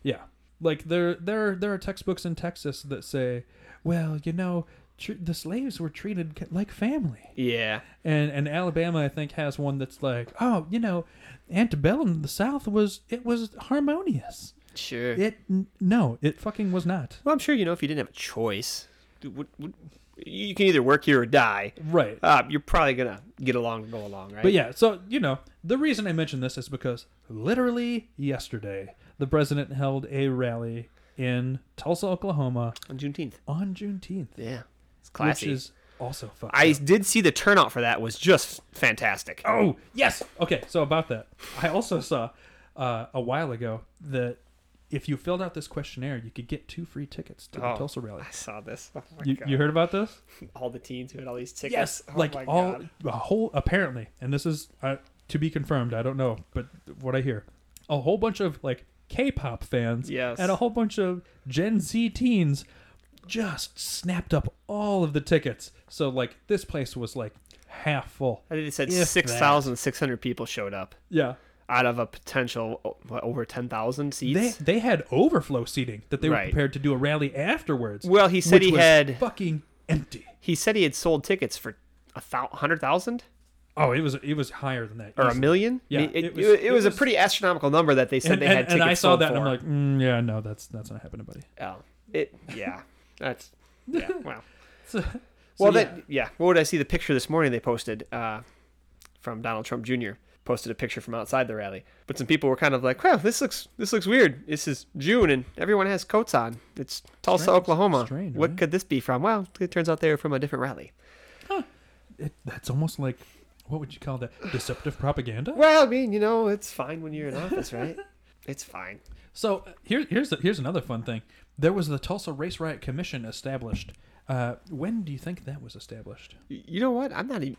Speaker 1: yeah. Like there there there are textbooks in Texas that say, well, you know, tr- the slaves were treated ca- like family.
Speaker 2: Yeah.
Speaker 1: And and Alabama, I think, has one that's like, oh, you know, antebellum the South was it was harmonious.
Speaker 2: Sure.
Speaker 1: It n- no, it fucking was not.
Speaker 2: Well, I'm sure you know if you didn't have a choice, dude, what- what- you can either work here or die.
Speaker 1: Right.
Speaker 2: Uh, you're probably gonna get along and go along, right?
Speaker 1: But yeah, so you know, the reason I mention this is because literally yesterday, the president held a rally in Tulsa, Oklahoma,
Speaker 2: On Juneteenth.
Speaker 1: on Juneteenth,
Speaker 2: Yeah. It's classy.
Speaker 1: which is also fucked.
Speaker 2: I
Speaker 1: up.
Speaker 2: did see the turnout for that was just fantastic.
Speaker 1: oh yes, okay. So about that, I also saw uh, a while ago that if you filled out this questionnaire, you could get two free tickets to the
Speaker 2: Oh.
Speaker 1: Tulsa rally.
Speaker 2: I saw this. Oh my
Speaker 1: You,
Speaker 2: god!
Speaker 1: you heard about this?
Speaker 2: all the teens who had all these tickets.
Speaker 1: Yes,
Speaker 2: Oh
Speaker 1: like
Speaker 2: my
Speaker 1: all
Speaker 2: God.
Speaker 1: a whole apparently, and this is uh, to be confirmed. I don't know, but what I hear, a whole bunch of like K-pop fans,
Speaker 2: Yes.
Speaker 1: and a whole bunch of Gen Z teens just snapped up all of the tickets. So like this place was like half full.
Speaker 2: I think it said
Speaker 1: If that.
Speaker 2: six thousand six hundred people showed up
Speaker 1: Yeah,
Speaker 2: out of a potential o- what, over ten thousand
Speaker 1: they
Speaker 2: seats.
Speaker 1: they had overflow seating that they were
Speaker 2: Right.
Speaker 1: prepared to do a rally afterwards.
Speaker 2: well, he said
Speaker 1: which
Speaker 2: he
Speaker 1: was
Speaker 2: had
Speaker 1: fucking empty.
Speaker 2: he said he had sold tickets for a thou- hundred thousand
Speaker 1: Oh, it was it was higher than that.
Speaker 2: or a
Speaker 1: easily.
Speaker 2: million.
Speaker 1: Yeah,
Speaker 2: I mean, it,
Speaker 1: it
Speaker 2: it
Speaker 1: was-
Speaker 2: was,
Speaker 1: it
Speaker 2: a
Speaker 1: was-
Speaker 2: pretty astronomical number that they said
Speaker 1: And,
Speaker 2: they
Speaker 1: and,
Speaker 2: had tickets
Speaker 1: and I saw
Speaker 2: sold
Speaker 1: that,
Speaker 2: for.
Speaker 1: and I'm like, mm, yeah, no, that's that's not happening, buddy.
Speaker 2: oh, it yeah, that's yeah, wow.
Speaker 1: So,
Speaker 2: Well,
Speaker 1: so, yeah.
Speaker 2: that yeah. What would I see the picture this morning they posted uh, from Donald Trump Jr. posted a picture from outside the rally, but some people were kind of like, "Well, this looks this looks weird. This is June and everyone has coats on. It's Tulsa,
Speaker 1: Strange-
Speaker 2: Oklahoma.
Speaker 1: strange,
Speaker 2: what
Speaker 1: right?
Speaker 2: could this be from?" Well, it turns out they were from a different rally.
Speaker 1: it, that's almost like what would you call that deceptive propaganda
Speaker 2: Well, I mean, you know, it's fine when you're in office, right? it's fine.
Speaker 1: so uh, here, here's the, here's another fun thing there was the tulsa race riot commission established uh, when do you think that was established
Speaker 2: Y- You know what? I'm not even.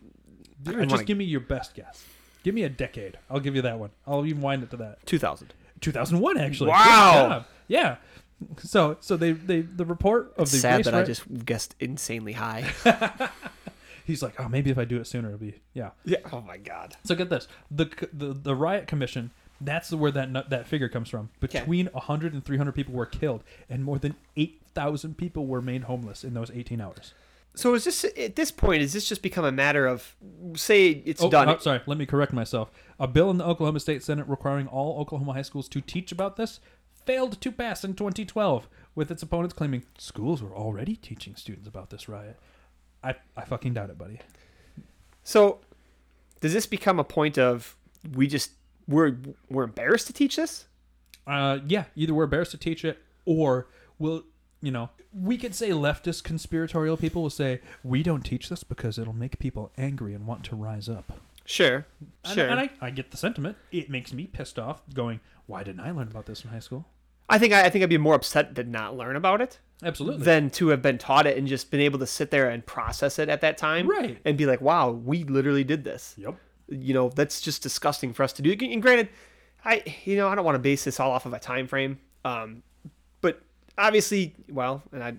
Speaker 2: I
Speaker 1: Uh,
Speaker 2: don't
Speaker 1: just
Speaker 2: wanna-
Speaker 1: give me your best guess give me a decade i'll give you that one i'll even wind it to that
Speaker 2: 2000.
Speaker 1: 2001 actually Good
Speaker 2: Wow.
Speaker 1: job. yeah so so they, they the report of the
Speaker 2: Sad
Speaker 1: race
Speaker 2: that I
Speaker 1: riot,
Speaker 2: just guessed insanely high.
Speaker 1: he's like oh maybe if i do it sooner it'll be yeah
Speaker 2: yeah. Oh my God.
Speaker 1: So get this: the c- the, the riot commission. That's where that nu- that figure comes from. Between 100 and 300 people were killed, and more than 8,000 people were made homeless in those 18 hours.
Speaker 2: So is this at this point? Is this just become a matter of say it's
Speaker 1: Oh,
Speaker 2: done?
Speaker 1: oh, sorry. Let me correct myself. A bill in the Oklahoma State Senate requiring all Oklahoma high schools to teach about this failed to pass in 2012, with its opponents claiming schools were already teaching students about this riot. I, I fucking doubt it, buddy.
Speaker 2: So does this become a point of we just we're we're embarrassed to teach this?
Speaker 1: Uh, yeah, either we're embarrassed to teach it, or we'll, you know, we could say leftist conspiratorial people will say we don't teach this because it'll make people angry and want to rise up.
Speaker 2: Sure,
Speaker 1: And-
Speaker 2: sure.
Speaker 1: And,
Speaker 2: I,
Speaker 1: I, I get the sentiment. It makes me pissed off. Going, why didn't I learn about this in high school?
Speaker 2: think I, I think I'd be more upset to not learn about it
Speaker 1: Absolutely.
Speaker 2: than to have been taught it and just been able to sit there and process it at that time,
Speaker 1: Right.
Speaker 2: And be like, wow, we literally did this.
Speaker 1: yep.
Speaker 2: You know, that's just disgusting for us to do. And granted, I you know I don't want to base this all off of a time frame, um, but obviously, well, and I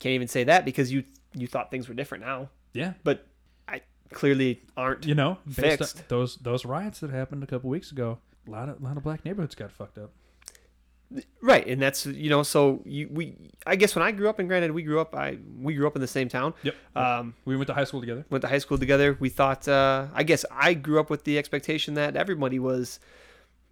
Speaker 2: can't even say that because you you thought things were different now,
Speaker 1: Yeah.
Speaker 2: but I clearly aren't.
Speaker 1: You know, based on
Speaker 2: Fixed.
Speaker 1: those those riots that happened a couple weeks ago, a lot of lot of black neighborhoods got fucked up.
Speaker 2: Right, and that's you know, so you we I guess when I grew up, and granted we grew up, I we grew up in the same town.
Speaker 1: Yep.
Speaker 2: Um,
Speaker 1: we went to high school together.
Speaker 2: went to high school together. We thought, uh, I guess I grew up with the expectation that everybody was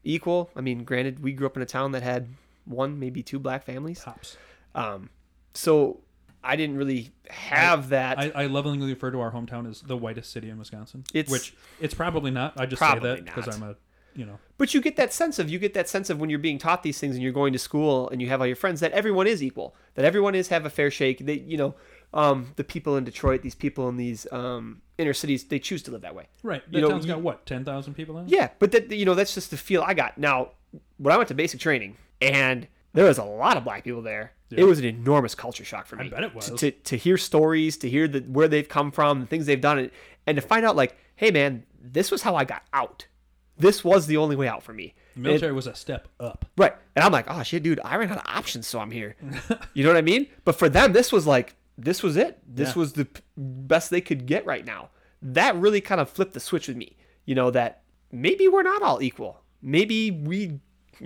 Speaker 2: equal. I mean, granted, we grew up in a town that had one, maybe two black families.
Speaker 1: Tops.
Speaker 2: Um, so I didn't really have that.
Speaker 1: I, I lovingly refer to our hometown as the whitest city in Wisconsin.
Speaker 2: It's-
Speaker 1: which it's probably not. I just
Speaker 2: Probably
Speaker 1: say that because
Speaker 2: not.
Speaker 1: I'm a you know
Speaker 2: but you get that sense of you get that sense of when you're being taught these things and you're going to school and you have all your friends that everyone is equal that everyone is have a fair shake that you know um, the people in detroit these people in these um, inner cities they choose to live that way
Speaker 1: Right. That
Speaker 2: You know,
Speaker 1: town's
Speaker 2: you-
Speaker 1: got what, ten thousand people in it?
Speaker 2: yeah but that you know that's just the feel i got now when i went to basic training and there was a lot of black people there
Speaker 1: Yeah.
Speaker 2: it was an enormous culture shock for me
Speaker 1: bet it
Speaker 2: to-
Speaker 1: was.
Speaker 2: to, to hear stories to hear the, where they've come from the things they've done and, and to find out like hey man this was how i got out this was the only way out for me
Speaker 1: The
Speaker 2: And-
Speaker 1: military was a step up.
Speaker 2: Right. And I'm like, oh shit, dude, I ran out of options, so I'm here. you know what I mean? But for them, this was like, this was it. This
Speaker 1: Yeah.
Speaker 2: was the p- best they could get right now. That really kind of flipped the switch with me. You know, that maybe we're not all equal. Maybe we,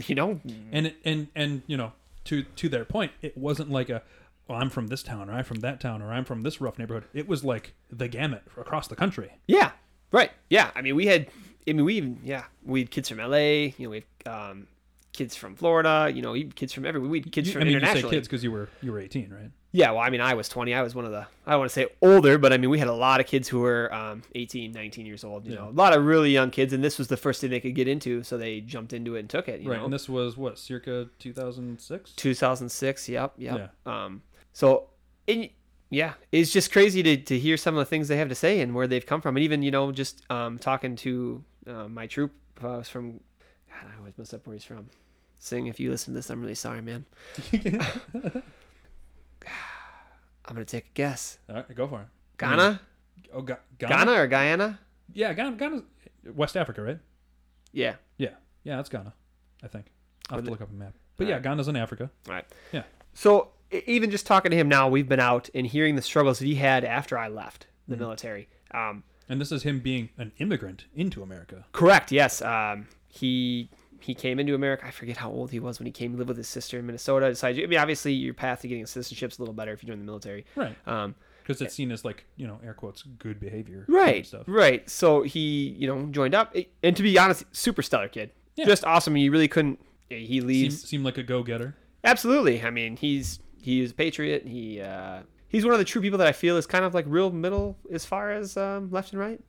Speaker 2: you know, Mm.
Speaker 1: And it, and and you know, to to their point, it wasn't like a well, I'm from this town, or I'm from that town, or I'm from this rough neighborhood. It was like the gamut across the country.
Speaker 2: Yeah. Right. Yeah. I mean, we had. I mean, we even yeah, we had kids from L.A. You know, we had um, kids from Florida. You know, we had kids from everywhere. We had kids
Speaker 1: You-
Speaker 2: from
Speaker 1: I mean, you say
Speaker 2: internationally.
Speaker 1: kids because you were you were 18, right?
Speaker 2: Yeah. Well, I mean, I was 20. I was one of the. I don't want to say older, but I mean, we had a lot of kids who were um, 18, 19 years old. You
Speaker 1: Yeah.
Speaker 2: know, a lot of really young kids, and this was the first thing they could get into, so they jumped into it and took it. You
Speaker 1: Right.
Speaker 2: know?
Speaker 1: And this was what circa 2006.
Speaker 2: 2006 yep yep um so it, yeah it's just crazy to, to hear some of the things they have to say and where they've come from and even you know just um talking to uh, my troop uh, was from god i always mess up where he's from sing if you listen to this i'm really sorry man i'm gonna take a guess
Speaker 1: All right, go for it.
Speaker 2: ghana
Speaker 1: Oh, Ga- Ghana.
Speaker 2: ghana or guyana
Speaker 1: Yeah, Ghana. Ghana's West Africa, right?
Speaker 2: yeah
Speaker 1: Yeah, yeah, that's Ghana, I think. I will have
Speaker 2: Would
Speaker 1: to look up a map. But yeah, Ghana's in Africa.
Speaker 2: All right.
Speaker 1: Yeah.
Speaker 2: So e- even just talking to him now, we've been out and hearing the struggles that he had after I left the
Speaker 1: Mm-hmm.
Speaker 2: military. Um,
Speaker 1: And this is him being an immigrant into America.
Speaker 2: Correct. Yes. Um, he he came into America. I forget how old he was when he came. He lived with his sister in Minnesota. Decided. I mean, obviously, your path to getting a citizenship's a little better if you join the military.
Speaker 1: Right.
Speaker 2: Um,
Speaker 1: Because it's seen as like, you know, air quotes, good behavior. kind of
Speaker 2: right.
Speaker 1: Stuff.
Speaker 2: Right. So he, you know, joined up. And to be honest, super stellar kid.
Speaker 1: Yeah.
Speaker 2: Just awesome. You really couldn't. He
Speaker 1: Seem,
Speaker 2: leaves.
Speaker 1: seem like a go getter.
Speaker 2: Absolutely. I mean, he's he is a patriot. He uh, he's one of the true people that I feel is kind of like real middle as far as um, left and right.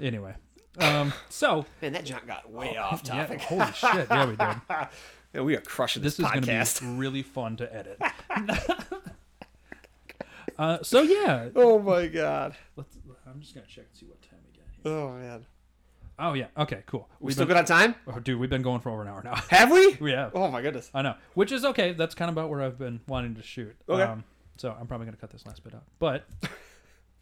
Speaker 1: Anyway. Um, so.
Speaker 2: Man, that jump got way off
Speaker 1: Oh, Yeah, holy shit. Yeah, we did.
Speaker 2: we are crushing
Speaker 1: This
Speaker 2: this,
Speaker 1: is going
Speaker 2: podcast.
Speaker 1: to be really fun to edit. uh, so yeah.
Speaker 2: Oh my god.
Speaker 1: Let's, I'm just going to check and see what time we got here.
Speaker 2: Oh man.
Speaker 1: Oh, yeah. Okay, cool.
Speaker 2: We
Speaker 1: We've
Speaker 2: still
Speaker 1: been,
Speaker 2: good on time?
Speaker 1: oh, dude, we've been going for over an hour now.
Speaker 2: Have we?
Speaker 1: we have.
Speaker 2: Oh my goodness.
Speaker 1: I know, which is okay. That's kind of about where I've been wanting to shoot. Um,
Speaker 2: Okay.
Speaker 1: so I'm probably gonna cut this last bit out, but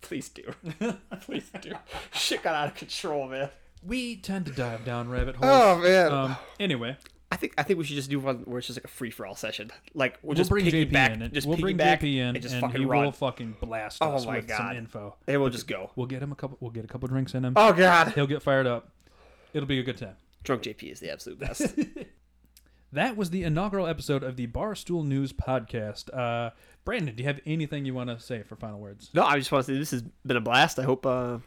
Speaker 2: Please do. Please do. Shit got out of control, man.
Speaker 1: we tend to dive down rabbit holes.
Speaker 2: Oh man.
Speaker 1: Um, anyway,
Speaker 2: I think I think we should just do one where it's just like a free for all session. Like we'll,
Speaker 1: we'll
Speaker 2: just
Speaker 1: bring JP
Speaker 2: piggyback,
Speaker 1: in. and-
Speaker 2: Just
Speaker 1: we'll bring
Speaker 2: piggyback
Speaker 1: JP in,
Speaker 2: and just
Speaker 1: and he
Speaker 2: fucking run.
Speaker 1: will fucking blast
Speaker 2: Oh
Speaker 1: us
Speaker 2: my
Speaker 1: with some
Speaker 2: God.
Speaker 1: info.
Speaker 2: and we'll just go.
Speaker 1: We'll get him a couple. We'll get a couple drinks in him.
Speaker 2: Oh god.
Speaker 1: He'll get fired up. It'll be a good time.
Speaker 2: Drunk JP is the absolute best.
Speaker 1: That was the inaugural episode of the Barstool News podcast. Uh, Brandon, do you have anything you want to say for final words?
Speaker 2: No, I just want to say this has been a blast. I hope uh,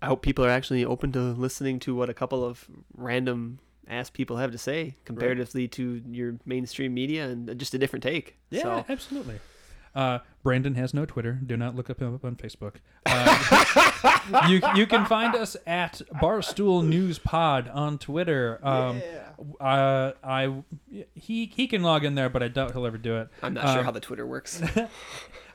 Speaker 2: I hope people are actually open to listening to what a couple of random ass people have to say comparatively to your mainstream media and just a different take.
Speaker 1: Yeah,
Speaker 2: So,
Speaker 1: absolutely. Uh, Brandon has no Twitter. Do not look up him up on Facebook. Uh, you, you can find us at Barstool News Pod on Twitter. Um, uh, I he he can log in there, but I doubt he'll ever do it.
Speaker 2: I'm not sure how the Twitter works.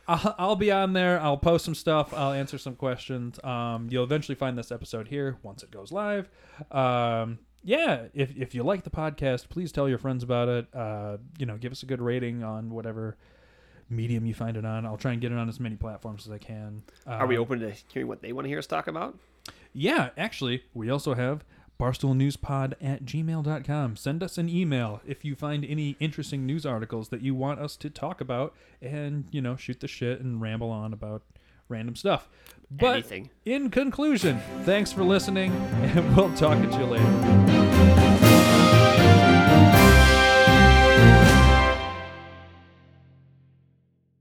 Speaker 1: I'll, I'll be on there. I'll post some stuff. I'll answer some questions. Um, you'll eventually find this episode here once it goes live. Um, yeah, if, if you like the podcast, please tell your friends about it. Uh, you know, give us a good rating on whatever medium you find it on. I'll try and get it on as many platforms as I can. Uh,
Speaker 2: Are we open to hearing what they want to hear us talk about?
Speaker 1: yeah, actually, we also have barstoolnewspod at gmail.com. Send us an email if you find any interesting news articles that you want us to talk about and, you know, shoot the shit and ramble on about random stuff. But
Speaker 2: Anything.
Speaker 1: in conclusion, thanks for listening, and we'll talk at you later.